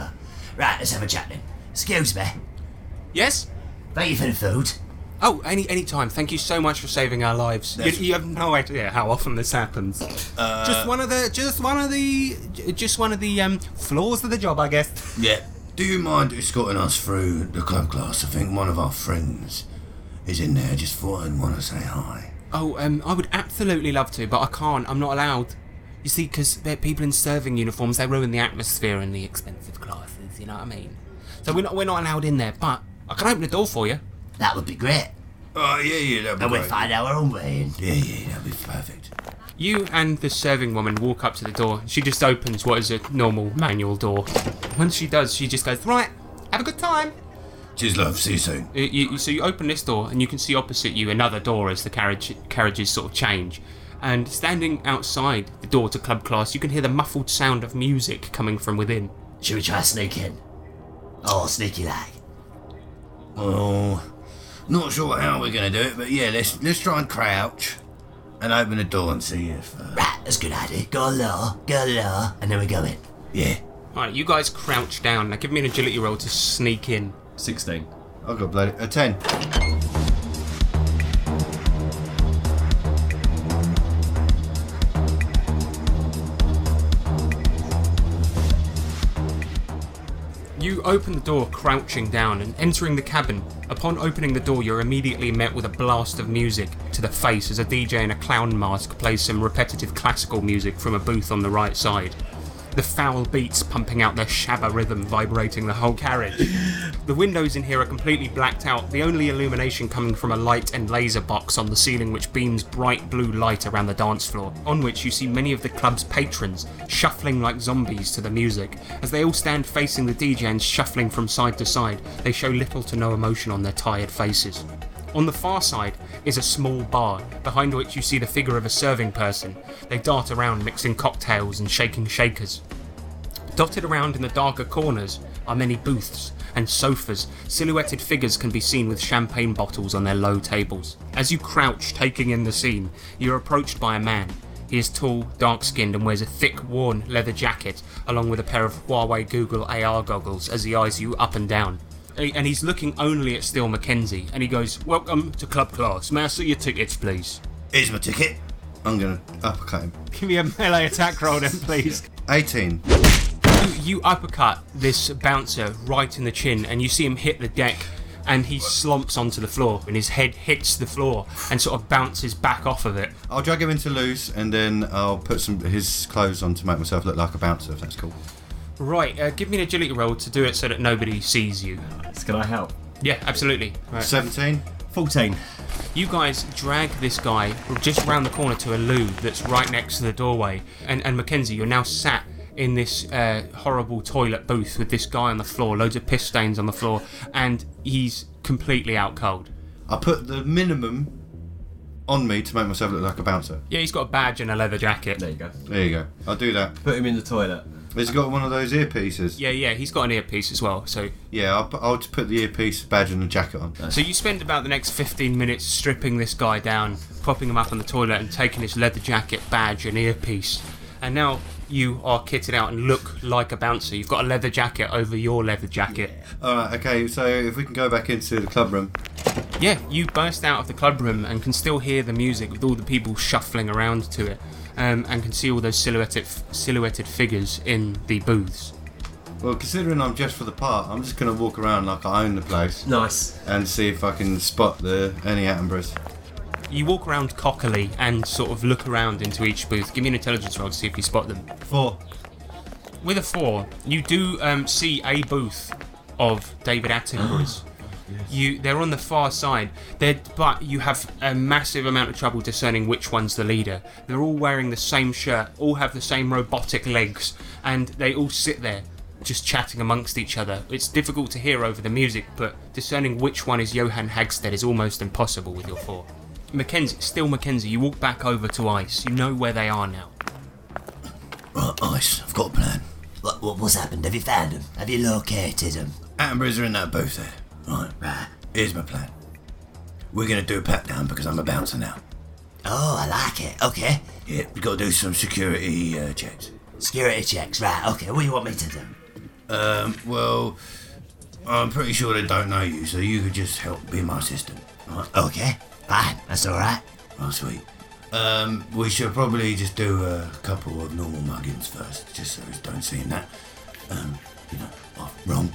right, let's have a chat then. Excuse me.
Yes.
Thank you for the food.
Oh, any any time. Thank you so much for saving our lives. You,
That's-
you have no idea how often this happens. just one of the just one of the j- just one of the um, flaws of the job, I guess.
Yeah. Do you mind escorting us through the club class? I think one of our friends is in there. Just thought I'd want to say hi.
Oh, um, I would absolutely love to, but I can't. I'm not allowed. You see, because they're people in serving uniforms. They ruin the atmosphere in the expensive classes. You know what I mean? So we're not we're not allowed in there. But I can open the door for you.
That would be great.
Oh yeah, yeah, that'd
And we find our own way in.
Yeah, yeah, that'd be perfect.
You and the serving woman walk up to the door. She just opens what is a normal manual door. Once she does, she just goes right. Have a good time.
Cheers, love. See you soon.
Uh, You, you, so you open this door, and you can see opposite you another door as the carriage carriages sort of change. And standing outside the door to club class, you can hear the muffled sound of music coming from within.
Should we try sneak in? Oh, sneaky like.
Oh, not sure how we're gonna do it, but yeah, let's let's try and crouch and open the door and see if. Uh...
Right, that's a good idea. Go low, go low, and then we go in.
Yeah.
Alright, you guys crouch down. Now give me an agility roll to sneak in.
16.
I've got Oh, bloody a ten.
You open the door, crouching down, and entering the cabin. Upon opening the door, you're immediately met with a blast of music to the face as a DJ in a clown mask plays some repetitive classical music from a booth on the right side. The foul beats pumping out their shabba rhythm, vibrating the whole carriage. the windows in here are completely blacked out, the only illumination coming from a light and laser box on the ceiling, which beams bright blue light around the dance floor, on which you see many of the club's patrons shuffling like zombies to the music. As they all stand facing the DJ and shuffling from side to side, they show little to no emotion on their tired faces. On the far side is a small bar, behind which you see the figure of a serving person. They dart around mixing cocktails and shaking shakers. Dotted around in the darker corners are many booths and sofas. Silhouetted figures can be seen with champagne bottles on their low tables. As you crouch, taking in the scene, you're approached by a man. He is tall, dark skinned, and wears a thick, worn leather jacket, along with a pair of Huawei Google AR goggles as he eyes you up and down. A- And he's looking only at Steele Mackenzie, and he goes, Welcome to Club Class. May I see your tickets, please?
Here's my ticket.
I'm gonna uppercut him.
Give me a melee attack roll then, please.
18.
You uppercut this bouncer right in the chin, and you see him hit the deck, and he slumps onto the floor, and his head hits the floor and sort of bounces back off of it.
I'll drag him into loose and then I'll put some his clothes on to make myself look like a bouncer. If that's cool.
Right, uh, give me an agility roll to do it so that nobody sees you.
Can I help?
Yeah, absolutely. Right.
17.
14.
You guys drag this guy just round the corner to a loo that's right next to the doorway. And, and Mackenzie, you're now sat in this uh, horrible toilet booth with this guy on the floor, loads of piss stains on the floor, and he's completely out cold.
I put the minimum on me to make myself look like a bouncer.
Yeah, he's got a badge and a leather jacket.
There you go.
There you go. I'll do that.
Put him in the toilet.
He's got one of those earpieces.
Yeah, yeah, he's got an earpiece as well. So,
Yeah, I'll, put, I'll just put the earpiece, badge, and the jacket on.
so you spend about the next 15 minutes stripping this guy down, propping him up on the toilet, and taking his leather jacket, badge, and earpiece. And now you are kitted out and look like a bouncer. You've got a leather jacket over your leather jacket.
All right. Okay. So if we can go back into the club room.
Yeah, you burst out of the club room and can still hear the music with all the people shuffling around to it, um, and can see all those silhouetted silhouetted figures in the booths.
Well, considering I'm just for the part, I'm just gonna walk around like I own the place.
Nice.
And see if I can spot the any Attenboroughs.
You walk around cockily and sort of look around into each booth. Give me an intelligence roll to see if you spot them.
Four.
With a four, you do um, see a booth of David Attenborough's. You they're on the far side. They're, but you have a massive amount of trouble discerning which one's the leader. They're all wearing the same shirt, all have the same robotic legs, and they all sit there just chatting amongst each other. It's difficult to hear over the music, but discerning which one is Johan Hagstead is almost impossible with your four. Mackenzie, still Mackenzie, you walk back over to Ice. You know where they are now.
Right, Ice, I've got a plan. What, what, what's happened? Have you found him? Have you located him?
Attenboroughs are in that booth there. Right, right. Here's my plan. We're gonna do a pat down because I'm a bouncer now.
Oh, I like it. Okay.
Yeah, we gotta do some security uh, checks.
Security checks, right. Okay, what do you want me to do?
Um, well, I'm pretty sure they don't know you, so you could just help be my assistant. Right?
Okay, fine. That's all right.
Oh, sweet. Um, we should probably just do a couple of normal muggins first, just so we don't seem that, um, you know, off wrong.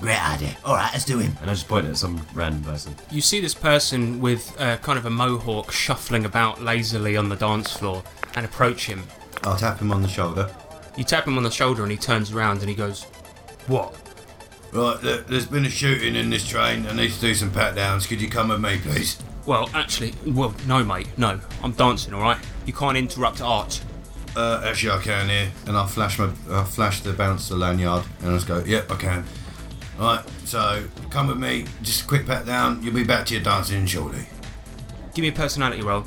Great idea. All right, let's do him.
And I just point at some random [LAUGHS] person.
You see this person with uh, kind of a mohawk shuffling about lazily on the dance floor and approach him.
I'll tap him on the shoulder.
You tap him on the shoulder and he turns around and he goes, What?
Right, look, there's been a shooting in this train. I need to do some pat downs. Could you come with me, please?
Well, actually, well, no, mate, no. I'm dancing, alright? You can't interrupt art.
Uh, actually, I can here.
And I'll flash my, I'll flash the bouncer lanyard, and I'll just go,
Yep, I can. Right, so come with me. Just a quick pat down. You'll be back to your dancing shortly.
Give me a personality roll.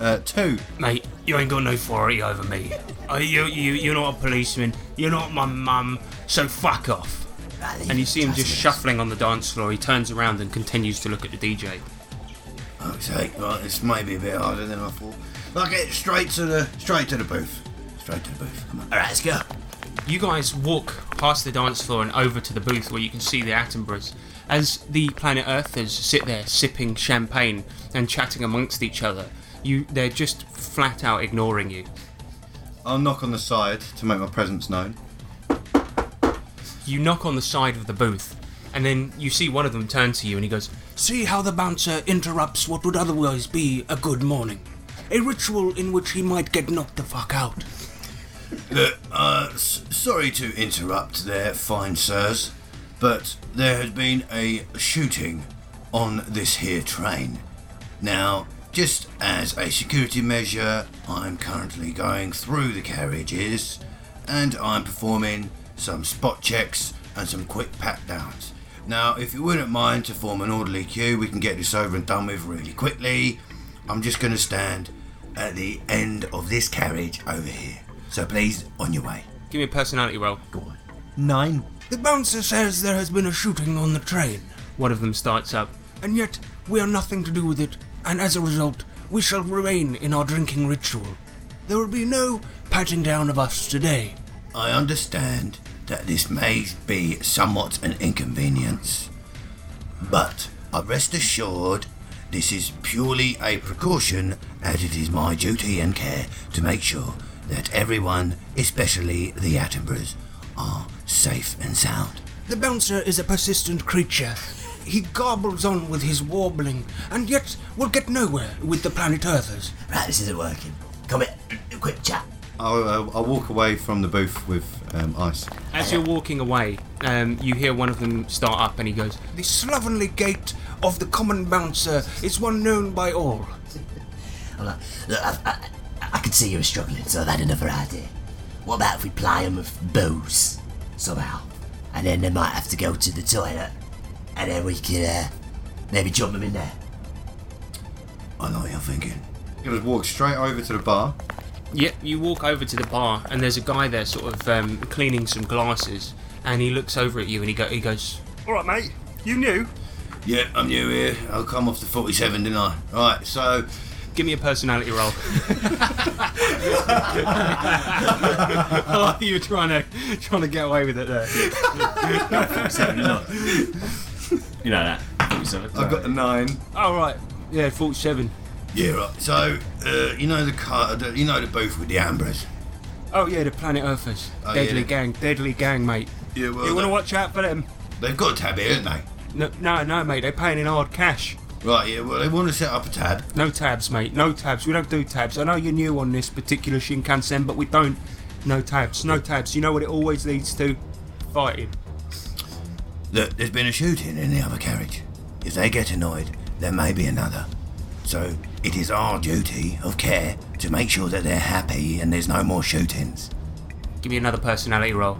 uh, two.
Mate, you ain't got no authority over me. Uh, you, you, you're not a policeman. You're not my mum. So fuck off. And you see him just shuffling on the dance floor. He turns around and continues to look at the DJ.
Oh, sake, right, this may be a bit harder than I thought. Like it straight to the straight to the booth. Straight to the booth. Come on.
All right, let's go.
You guys walk past the dance floor and over to the booth where you can see the Attenboroughs. As the planet Earthers sit there sipping champagne and chatting amongst each other, you they're just flat out ignoring you.
I'll knock on the side to make my presence known.
You knock on the side of the booth, and then you see one of them turn to you and he goes, See how the bouncer interrupts what would otherwise be a good morning. A ritual in which he might get knocked the fuck out.
Look, uh, s- sorry to interrupt there, fine sirs, but there has been a shooting on this here train. Now, just as a security measure, I'm currently going through the carriages and I'm performing some spot checks and some quick pat downs. Now, if you wouldn't mind to form an orderly queue, we can get this over and done with really quickly. I'm just going to stand at the end of this carriage over here. So please, on your way.
Give me a personality roll.
Nine.
The bouncer says there has been a shooting on the train,
One of them starts up.
and yet we are nothing to do with it, and as a result, we shall remain in our drinking ritual. There will be no patting down of us today.
I understand that this may be somewhat an inconvenience, but I rest assured this is purely a precaution, as it is my duty and care to make sure that everyone, especially the Attenboroughs, are safe and sound.
The bouncer is a persistent creature. He gobbles on with his warbling, and yet will get nowhere with the planet Earthers.
Right, this isn't working. Come here, quick chat.
I'll, uh, I'll walk away from the booth with um, ice.
As you're walking away, um, you hear one of them start up and he goes,
The slovenly gait of the common bouncer is one known by all.
I'm like, look, I've, I, I can see you're struggling, so I've had another idea. What about if we ply them with booze somehow, and then they might have to go to the toilet, and then we can uh, maybe jump them in there.
I know what you're thinking.
I'm gonna walk straight over to the bar.
Yep, you walk over to the bar and there's a guy there sort of um, cleaning some glasses and he looks over at you and he, go- he goes,
All right, mate. You knew.
Yeah, I'm new here. I'll come off the 47, didn't I? Right, so.
Give me a personality roll. [LAUGHS] I like that you were trying to trying to get away with it there.
You know that. I've
got a nine.
All right. Yeah, forty-seven.
Yeah, right. So, uh, you know the car, the, you know the booth with the Ambrose.
Oh yeah, the Planet Earthers,
Oh,
deadly
yeah.
gang, deadly gang, mate.
Yeah, well,
you want to watch out for them?
They've got a tab here, haven't they?
No, no, no, mate. They're paying in hard cash.
Right, yeah, well, they want to set up a tab.
No tabs, mate. No tabs. We don't do tabs. I know you're new on this particular Shinkansen, but we don't. No tabs. No tabs. You know what it always leads to? Fighting.
Look, there's been a shooting in the other carriage. If they get annoyed, there may be another. So it is our duty of care to make sure that they're happy and there's no more shootings.
Give me another personality roll.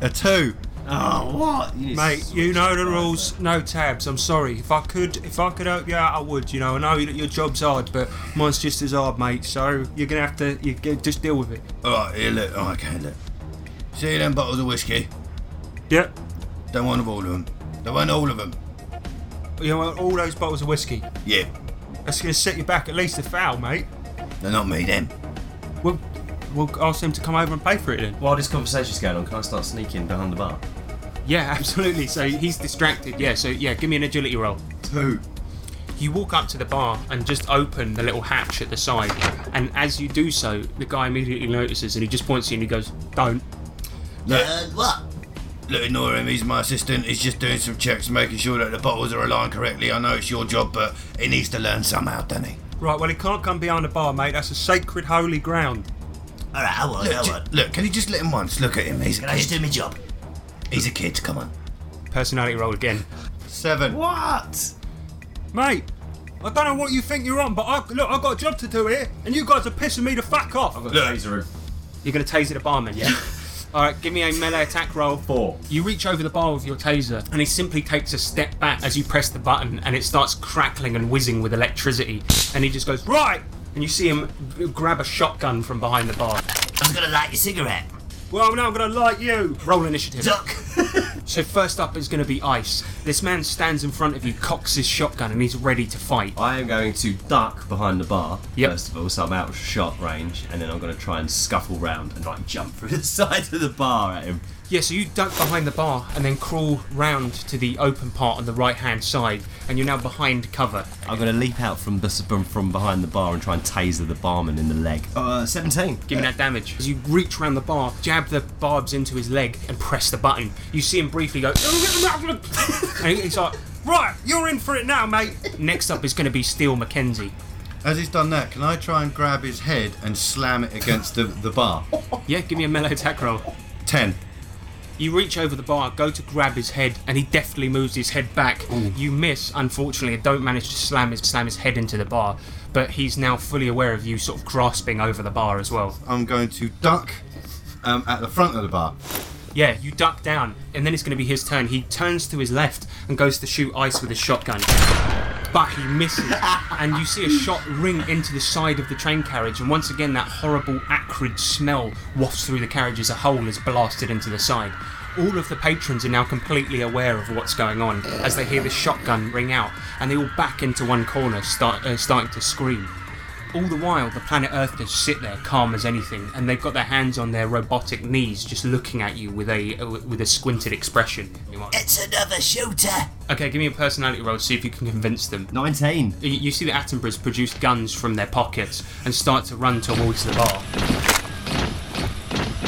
a two.
Oh,
what?
Mate, you know the rules. No tabs. I'm sorry. If I could, if I could help you out, I would. You know, I know that your job's hard, but mine's just as hard, mate. So you're gonna have to, you g- just deal with it.
All right, here, look. Oh, okay, look. See them bottles of whiskey.
Yep.
Don't want all of them. Don't want all of them.
You know, all those bottles of whiskey.
Yeah,
That's gonna set you back at least a foul, mate.
they're not me. Them.
Well, we'll ask them to come over and pay for it then.
While this conversation's going on, can I start sneaking behind the bar?
Yeah, absolutely. So he's distracted. Yeah, so yeah, give me an agility roll.
Two.
You walk up to the bar and just open the little hatch at the side. And as you do so, the guy immediately notices and he just points at you and he goes, Don't.
Look, what? Look, ignore him. He's my assistant. He's just doing some checks, making sure that the bottles are aligned correctly. I know it's your job, but he needs to learn somehow, doesn't he?
Right, well, he can't come behind the bar, mate. That's a sacred holy ground.
All right, I will. Look,
I
ju-
will.
look, can you just let him once? Look at him. He's a
Can I just
kid.
do my job?
He's a kid. Come on.
Personality roll again.
Seven.
What? Mate, I don't know what you think you're on, but I, look, I've got a job to do here, and you guys are pissing me the fuck off. I've got
a taser him.
You're going to taser the barman, yeah? All right, give me a melee attack roll. Four. You reach over the bar with your taser, and he simply takes a step back as you press the button, and it starts crackling and whizzing with electricity. And he just goes right, and you see him g- grab a shotgun from behind the bar.
I'm gonna light your cigarette.
Well, now I'm going to light you. Roll initiative.
[LAUGHS]
so first up is going to be Ice. This man stands in front of you, cocks his shotgun, and he's ready to fight.
I am going to duck behind the bar first of all, so I'm out of shot range, and then I'm going to try and scuffle round and like jump [LAUGHS] through the side of the bar at him.
Yeah, so you duck behind the bar and then crawl round to the open part on the right-hand side, and you're now behind cover.
I'm going to leap out from the, from, from behind the bar and try and taser the barman in the leg. Uh, 17.
Give me that damage. As you reach round the bar, jab the barbs into his leg, and press the button. You see him briefly go, [LAUGHS] and he's like, "Right, you're in for it now, mate." Next up is going to be Steel Mackenzie.
As he's done that, can I try and grab his head and slam it against the, the bar?
Yeah, give me a melee attack roll.
Ten.
You reach over the bar, go to grab his head, and he deftly moves his head back. You miss, unfortunately, and don't manage to slam his slam his head into the bar. But he's now fully aware of you, sort of grasping over the bar as well.
I'm going to duck um, at the front of the bar.
Yeah, you duck down, and then it's going to be his turn. He turns to his left and goes to shoot Ice with his shotgun. But he misses, and you see a shot ring into the side of the train carriage, and once again that horrible, acrid smell wafts through the carriage as a hole is blasted into the side. All of the patrons are now completely aware of what's going on as they hear the shotgun ring out, and they all back into one corner, start, uh, starting to scream. All the while, the planet Earth just sit there, calm as anything, and they've got their hands on their robotic knees, just looking at you with a uh, with a squinted expression. You might-
It's another shooter.
Okay, give me a personality roll. See if you can convince them. Nineteen. You, you see the Attenboroughs produce guns from their pockets and start to run towards the bar.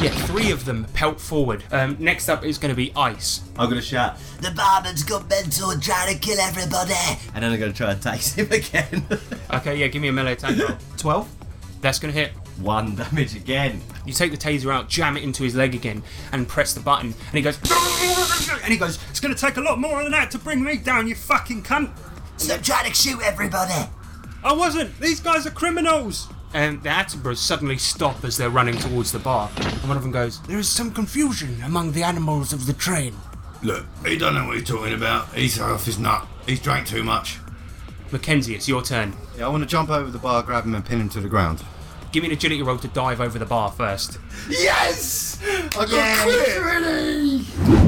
Yeah, three of them pelt forward. Um, next up is going to be Ice.
I'm going to shout,
The barman's gone mental and trying to kill everybody.
and then I'm going to try and tase him [LAUGHS] again.
Okay, yeah, give me a melee attack roll. 12. That's going to hit.
One [LAUGHS] damage again.
You take the taser out, jam it into his leg again, and press the button, and he goes. [LAUGHS] And he goes, It's going to take a lot more than that to bring me down, you fucking cunt!
Stop trying to shoot everybody.
I wasn't! These guys are criminals! And the Attenboroughs suddenly stop as they're running towards the bar, and one of them goes, There is some confusion among the animals of the train.
Look, he don't know what he's talking about. He's off his nut. He's drank too much.
Mackenzie, it's your turn.
Yeah, I want to jump over the bar, grab him, and pin him to the ground.
Give me an agility roll to dive over the bar first.
Yes! I got
Yeah,
clear!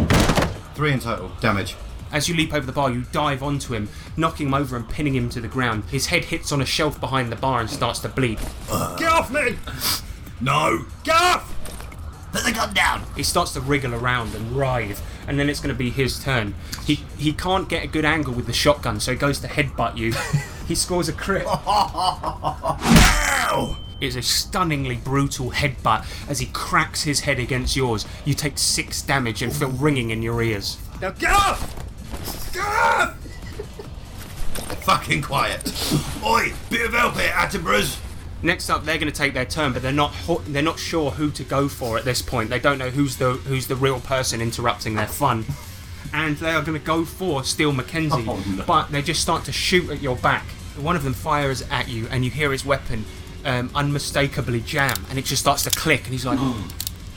Three in total
[LAUGHS]
damage.
As you leap over the bar, you dive onto him, knocking him over and pinning him to the ground. His head hits on a shelf behind the bar and starts to bleed.
Get off
[LAUGHS]
me!
No!
Get off!
Put the gun down!
He starts to wriggle around and writhe, and then it's going to be his turn. He he can't get a good angle with the shotgun, so he goes to headbutt you. he scores a crit. It's a stunningly brutal headbutt as he cracks his head against yours. You take six damage and feel ringing in your ears.
Now get off! Get off!
Fucking quiet. Oi, bit of help here, Attenboroughs.
Next up, they're going to take their turn, but they're not ho- they're not sure who to go for at this point. They don't know who's the who's the real person interrupting their fun. and they are going to go for Steel Mackenzie, but they just start to shoot at your back. One of them fires at you, and you hear his weapon um, unmistakably jam, and it just starts to click, and he's like,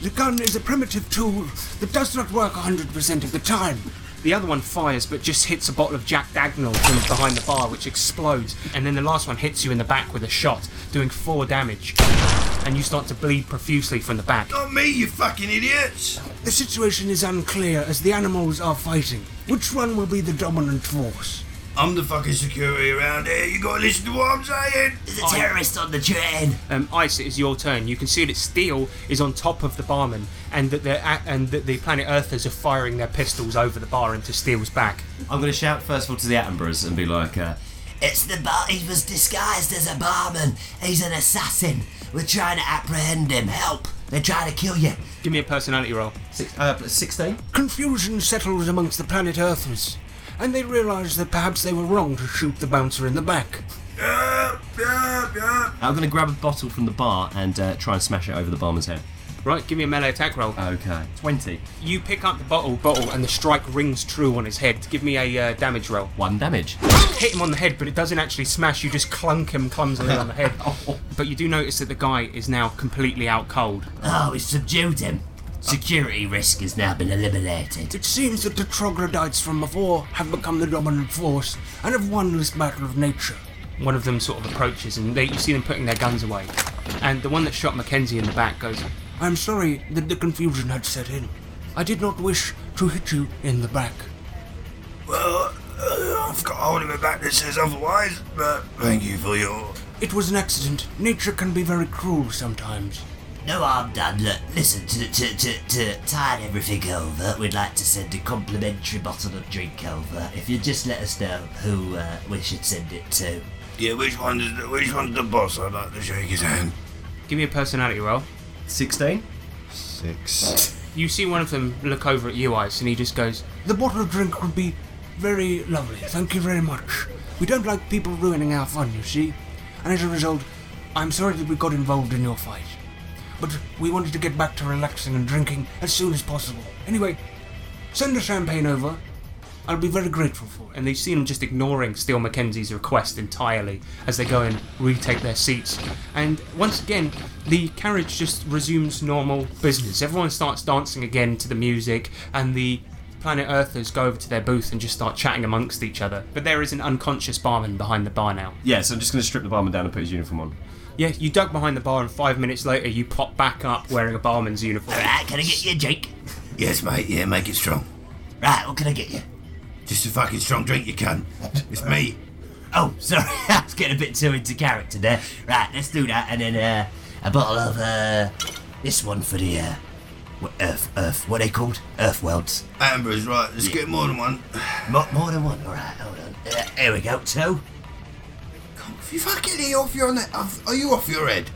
The gun is a primitive tool that does not work 100% of the time.
The other one fires, but just hits a bottle of Jack Dagnall from behind the bar, which explodes. And then the last one hits you in the back with a shot, doing four damage. And you start to bleed profusely from the back.
Not me, you fucking idiots!
The situation is unclear as the animals are fighting. Which one will be the dominant force?
I'm the fucking security around here. You gotta listen to what I'm saying.
There's a terrorist on the train.
Um, Ice, it is your turn. You can see that Steel is on top of the barman, and that the and that the Planet Earthers are firing their pistols over the bar into Steel's back.
I'm going to shout first of all to the Attenboroughs and be like, uh,
It's the bar. He was disguised as a barman. He's an assassin. We're trying to apprehend him. Help! They're trying to kill you.
Give me a personality roll.
Six, uh, 16?
Confusion settles amongst the planet Earthers, and they realize that perhaps they were wrong to shoot the bouncer in the back.
I'm going to grab a bottle from the bar and uh, try and smash it over the barman's head.
Right, give me a melee attack roll.
Okay. 20.
You pick up the bottle, bottle, and the strike rings true on his head. Give me a uh, damage roll.
One damage.
Hit him on the head, but it doesn't actually smash. You just clunk him clumsily on the
[LAUGHS]
head.
Oh.
But you do notice that the guy is now completely out cold.
Oh, we subdued him. Security risk has now been eliminated.
It seems that the troglodytes from before have become the dominant force and have won this battle of nature.
One of them sort of approaches, and they, you see them putting their guns away. And the one that shot Mackenzie in the back goes,
I'm sorry that the confusion had set in. I did not wish to hit you in the back.
Well, uh, I've got hold of a back that says otherwise, but thank you for your.
It was an accident. Nature can be very cruel sometimes.
No harm done. Look, listen, to, to, to, to tide everything over, we'd like to send a complimentary bottle of drink over. If you just let us know who uh, we should send it to.
Yeah, which one's the, which one's the boss? I'd like to shake his hand.
Give me a personality roll.
16?
Six.
You see one of them look over at you, Ice, and he just goes,
The bottle of drink would be very lovely. Thank you very much. We don't like people ruining our fun, you see. And as a result, I'm sorry that we got involved in your fight. But we wanted to get back to relaxing and drinking as soon as possible. Anyway, send the champagne over. I'll be very grateful for
and they seem just ignoring Steele Mackenzie's request entirely as they go and retake their seats. And once again, the carriage just resumes normal business. Everyone starts dancing again to the music, and the Planet Earthers go over to their booth and just start chatting amongst each other. But there is an unconscious barman behind the bar now.
Yeah, so I'm just going to strip the barman down and put his uniform on.
Yeah, you dug behind the bar, and five minutes later, you pop back up wearing a barman's uniform.
Alright, can I get you a drink?
Yes, mate. Yeah, make it strong.
Right, what can I get you?
Just a fucking strong drink, you can. It's me.
Oh, [LAUGHS] sorry, I was getting a bit too into character there. Right, let's do that, and then uh, a bottle of uh, this one for the uh, what, Earth, Earth, what are they called? Earth worlds.
Amber's right. Let's get more than one.
More, more than one. All right, hold on. Uh, here we go. Two.
If you fucking are you off your ne- off- are you off your head?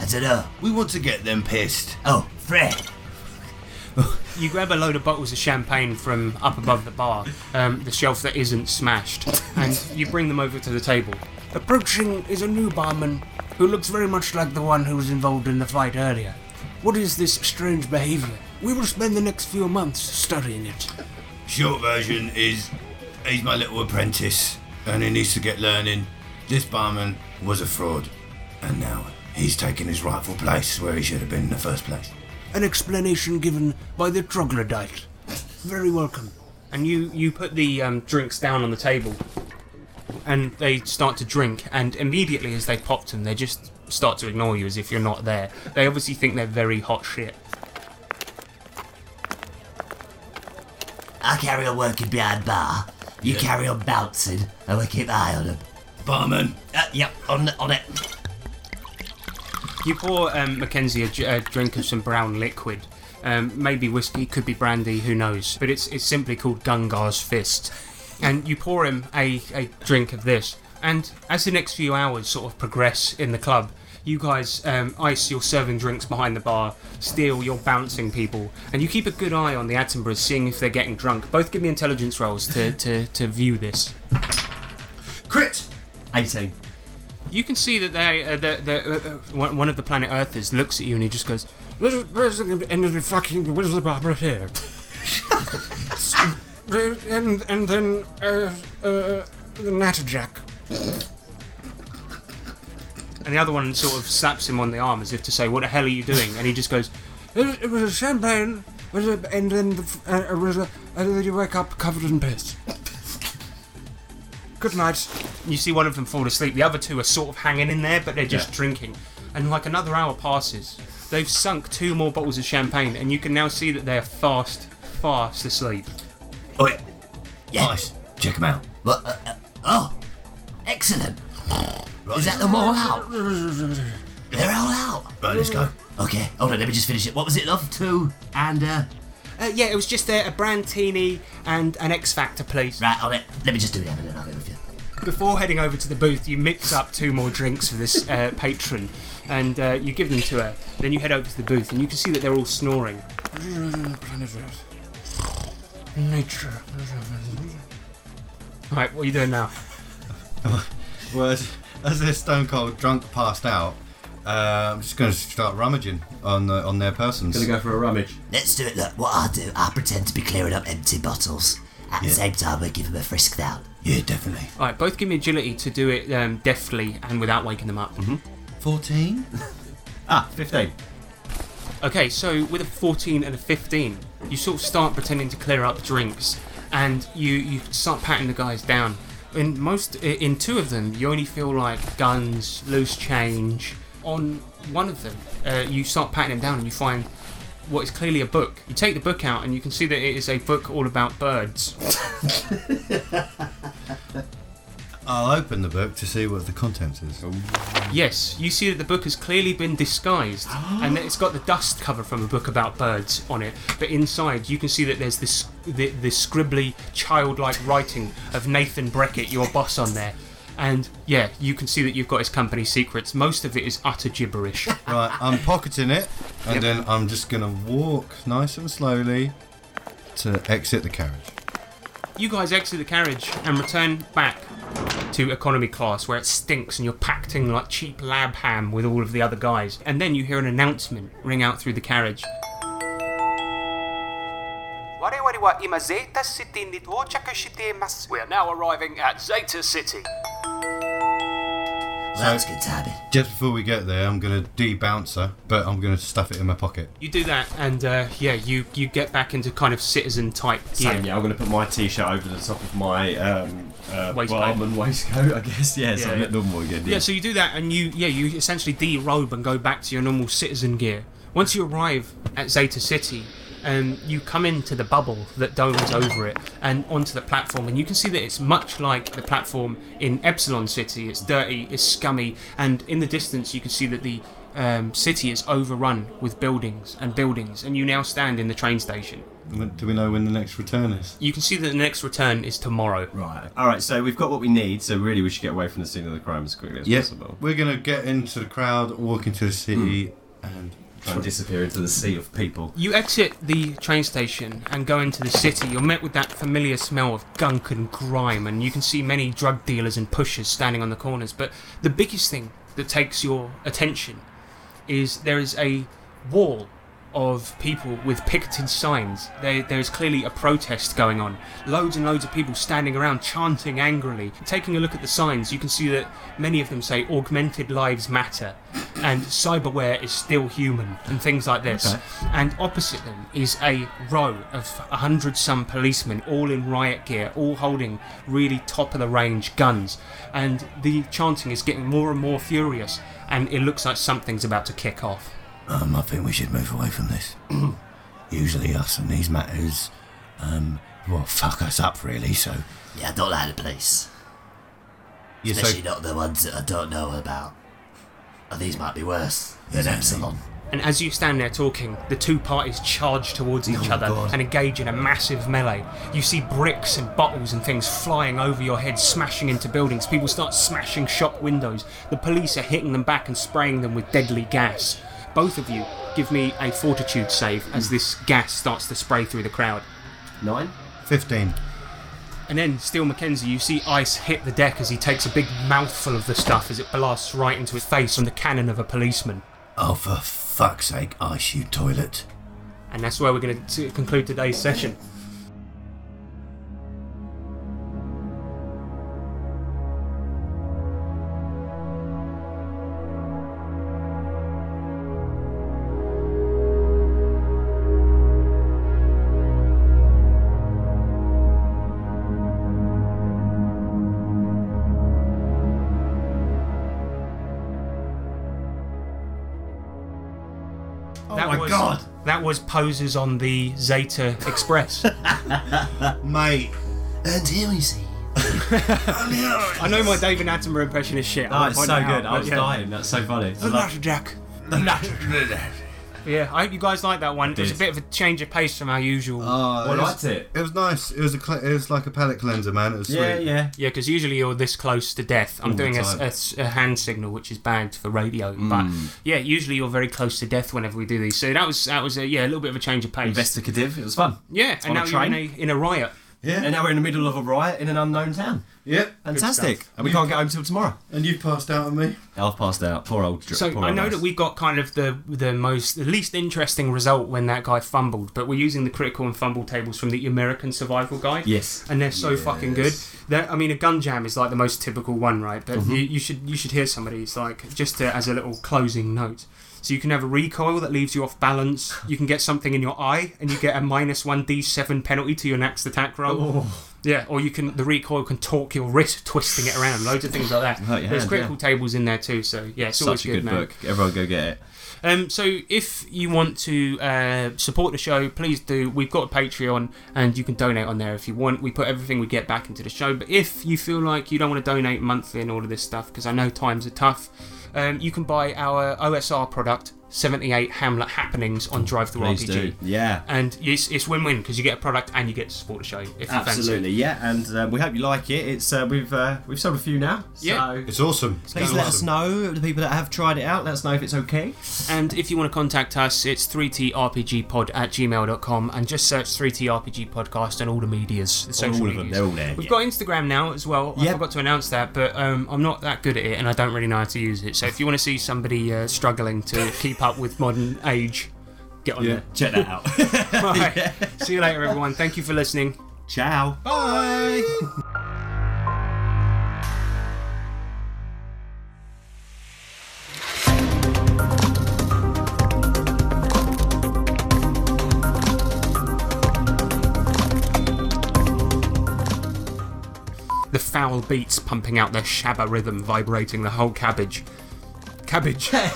I don't know.
We want to get them pissed.
Oh, three.
You grab a load of bottles of champagne from up above the bar, um, the shelf that isn't smashed, and you bring them over to the table.
Approaching is a new barman who looks very much like the one who was involved in the fight earlier. What is this strange behavior? We will spend the next few months studying it.
Short version is he's my little apprentice and he needs to get learning. This barman was a fraud and now he's taken his rightful place where he should have been in the first place.
An explanation given by the troglodyte. Very welcome.
and you you put the um, drinks down on the table, and they start to drink. And immediately as they pop them, they just start to ignore you as if you're not there. They obviously think they're very hot shit.
I carry on working behind bar. You carry on bouncing, and we keep eye on them.
Barman.
Uh, yep, on on it.
You pour um, Mackenzie a, j- a drink of some brown liquid. Um, maybe whiskey, could be brandy, who knows? But it's it's simply called Gungar's Fist. And you pour him a, a drink of this. And as the next few hours sort of progress in the club, you guys, um, Ice, you're serving drinks behind the bar. Steel, you're bouncing people. And you keep a good eye on the Attenboroughs, seeing if they're getting drunk. Both give me intelligence rolls to, to, to view this.
Crit.
18.
You can see that they, uh, the, the, uh, uh, one one of the planet Earthers looks at you and he just goes,
[LAUGHS] Where's the fucking where's the barber here? Uh, and and then uh, uh, the natterjack.
And the other one sort of slaps him on the arm as if to say, "What the hell are you doing?" And he just goes,
It, it was a champagne, was a, and then the, f- uh, it was a, and then you wake up covered in piss.
Good night. You see one of them fall asleep. The other two are sort of hanging in there, but they're just
Yeah.
drinking. And like another hour passes. They've sunk two more bottles of champagne, and you can now see that they're fast, fast asleep.
Oh, yeah.
Nice. Check them out.
Look, uh, uh, oh, excellent. Is that them all
[LAUGHS]
out? They're all out. Right, let's go. Okay, hold on, let me just finish it. What was it, love? Two and, uh...
Uh, yeah, it was just a, a Brantini and an X Factor, please.
Right, on it. Let me just do that and then I'll go with you.
Before heading over to the booth, you mix up two more drinks for this uh, patron, and uh, you give them to her. Then you head over to the booth, and you can see that they're all snoring.
Planet Earth. Nature.
Right, what are you doing now?
well, as, as they're stone cold drunk passed out, uh, I'm just going to start rummaging on the, on their persons.
Gonna go for a rummage.
Let's do it. Look, what I'll do, I'll pretend to be clearing up empty bottles. At the same time, we'll give him a frisk down.
Yeah, definitely.
All right, both give me agility to do it um, deftly and without waking them up. Mm-hmm.
14?
ah, 15. Okay, so with a 14 and a 15, you sort of start pretending to clear up drinks and you, you start patting the guys down. In most, i- in two of them, you only feel like guns, loose change. On one of them, uh, you start patting them down and you find what is clearly a book. You take the book out and you can see that it is a book all about birds.
I'll open the book to see what the contents is.
Yes, you see that the book has clearly been disguised, and that it's got the dust cover from a book about birds on it. But inside, you can see that there's this the, the scribbly, childlike writing of Nathan Breckett, your boss, on there. And yeah, you can see that you've got his company secrets. Most of it is utter gibberish.
Right, I'm pocketing it, and then I'm just going to walk nice and slowly to exit the carriage.
You guys exit the carriage and return back to economy class where it stinks and you're packed in like cheap lab ham with all of the other guys. And then you hear an announcement ring out through the carriage.
Warewarewa ima Zeta City ni shitemasu.
We are now arriving at Zeta City.
That's good timing.
Just before we get there, I'm going to debounce her, but I'm going to stuff it in my pocket.
You do that, and uh, yeah, you you get back into kind of citizen type gear.
Same, yeah, I'm gonna put my t-shirt over the top of my um, uh,
Waistcoat.
bomb and waistcoat, I guess. Yeah, so I'm at normal again.
Yeah, so you do that, and you yeah you essentially derobe and go back to your normal citizen gear. Once you arrive at Zeta City, um, you come into the bubble that domes over it and onto the platform, and you can see that it's much like the platform in Epsilon City. It's dirty, it's scummy, and in the distance you can see that the um, city is overrun with buildings and buildings, and you now stand in the train station.
Do we know when the next return is?
You can see that the next return is tomorrow.
Right. All right, so we've got what we need. So really, we should get away from the scene of the crime as quickly as
Yes,
possible.
we're going to get into the crowd, walk into the city, and
Try and disappear into the sea of people.
You exit the train station and go into the city. You're met with that familiar smell of gunk and grime, and you can see many drug dealers and pushers standing on the corners. But the biggest thing that takes your attention is there is a wall of people with picketed signs. There, there is clearly a protest going on. Loads and loads of people standing around chanting angrily. Taking a look at the signs, you can see that many of them say augmented lives matter and cyberware is still human and things like this.
Okay.
And opposite them is a row of a hundred some policemen, all in riot gear, all holding really top of the range guns. And the chanting is getting more and more furious, and it looks like something's about to kick off.
Um, I think we should move away
[CLEARS THROAT]
from this. Usually, us and these matters, um, well, fuck us up really. So,
Yeah, I don't like the place.
Yeah, so-
Especially not the ones that I don't know about. Oh, these might be worse than Epsilon.
And as you stand there talking, the two parties charge towards each other and engage in a massive melee. You see bricks and bottles and things flying over your head, smashing into buildings. People start smashing shop windows. The police are hitting them back and spraying them with deadly gas. Both of you give me a fortitude save as this gas starts to spray through the crowd.
Nine?
Fifteen.
And then, Steel Mackenzie, you see Ice hit the deck as he takes a big mouthful of the stuff as it blasts right into his face from the cannon of a policeman.
oh, for fuck's sake, ice you toilet.
And that's where we're going to conclude today's session.
Oh
was posers on the Zeta
[LAUGHS]
Express.
Mate.
And here we see.
I know my David Attenborough impression is shit. I
Oh,
won't
it's
point
so
it out,
good. I
but
was
yeah.
dying. That's so funny. I
The
love-
Nutter Jack. The Nutter Jack. Yeah, I hope you guys like that one. It was a
Did.
bit of a change of pace from our usual.
Oh, was- It was nice. It was a cle- it was like a palate cleanser, man. It was sweet.
Yeah, because usually you're this close to death. I'm
All
doing
the
a, s- a s- a hand signal, which is banned for radio.
Mm.
But yeah, usually you're very close to death whenever we do these. So that was that was a, yeah a little bit of a change of pace.
Investigative. It was fun.
Yeah,
On
and now
a
you're in
train.
a, in a riot.
Yeah. And now we're in the middle of a riot in an unknown town.
Yep.
Fantastic. And we can't get home till tomorrow.
And you've passed out on me.
I've passed out. Poor old.
So I know that we got kind of the the most the least interesting result when that guy fumbled, but we're using the critical and fumble tables from the American Survival Guide.
Yes.
and they're so fucking good. They're, I mean, a gun jam is like the most typical one, right? But
Mhm.
you, you should you should hear somebody's like just to, as a little closing note. So you can have a recoil that leaves you off
[LAUGHS]
balance. You can get something in your eye, and you get a minus one d seven penalty to your next attack roll.
Oh.
Yeah, or you can the recoil can torque your wrist, twisting it around. Loads of things like that.
Hurt your
There's
hand,
critical
Oh, yeah.
tables in there too. So yeah, it's always
Such a good,
man.
book. Everyone go get it.
Um, so if you want to uh, support the show, please do. We've got a Patreon, and you can donate on there if you want. We put everything we get back into the show. But if you feel like you don't want to donate monthly and all of this stuff, because I know times are tough, um, you can buy our OSR product, 78 Hamlet Happenings, on Drive Through
Please
RPG.
do. Yeah.
And it's, it's win-win because you get a product and you get to support the show. If
Absolutely,
you fancy.
yeah, and uh, we hope you like it. It's uh, we've uh, we've sold a few now, so
Yeah.
It's awesome.
please let us know the people that have tried it out. Let us know if it's okay.
And if you want to contact us, it's 3trpgpod at gmail.com and just search 3trpg podcast on all the medias. The
On
social
all of them,
medias.
they're all there.
We've got Instagram now as well. I forgot to announce that, but um, I'm not that good at it and I don't really know how to use it. So if you want to see somebody uh, struggling to keep up with modern age, get on
Yeah,
there. [LAUGHS]
check that out.
All right. See you later, everyone. Thank you for listening.
[LAUGHS] Ciao.
Bye. The foul beats pumping out their shabba rhythm, vibrating the whole cabbage. Cabbage. cabbage.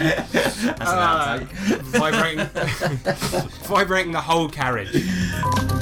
Uh,
That's an outtake.
[LAUGHS] vibrating, vibrating the whole carriage.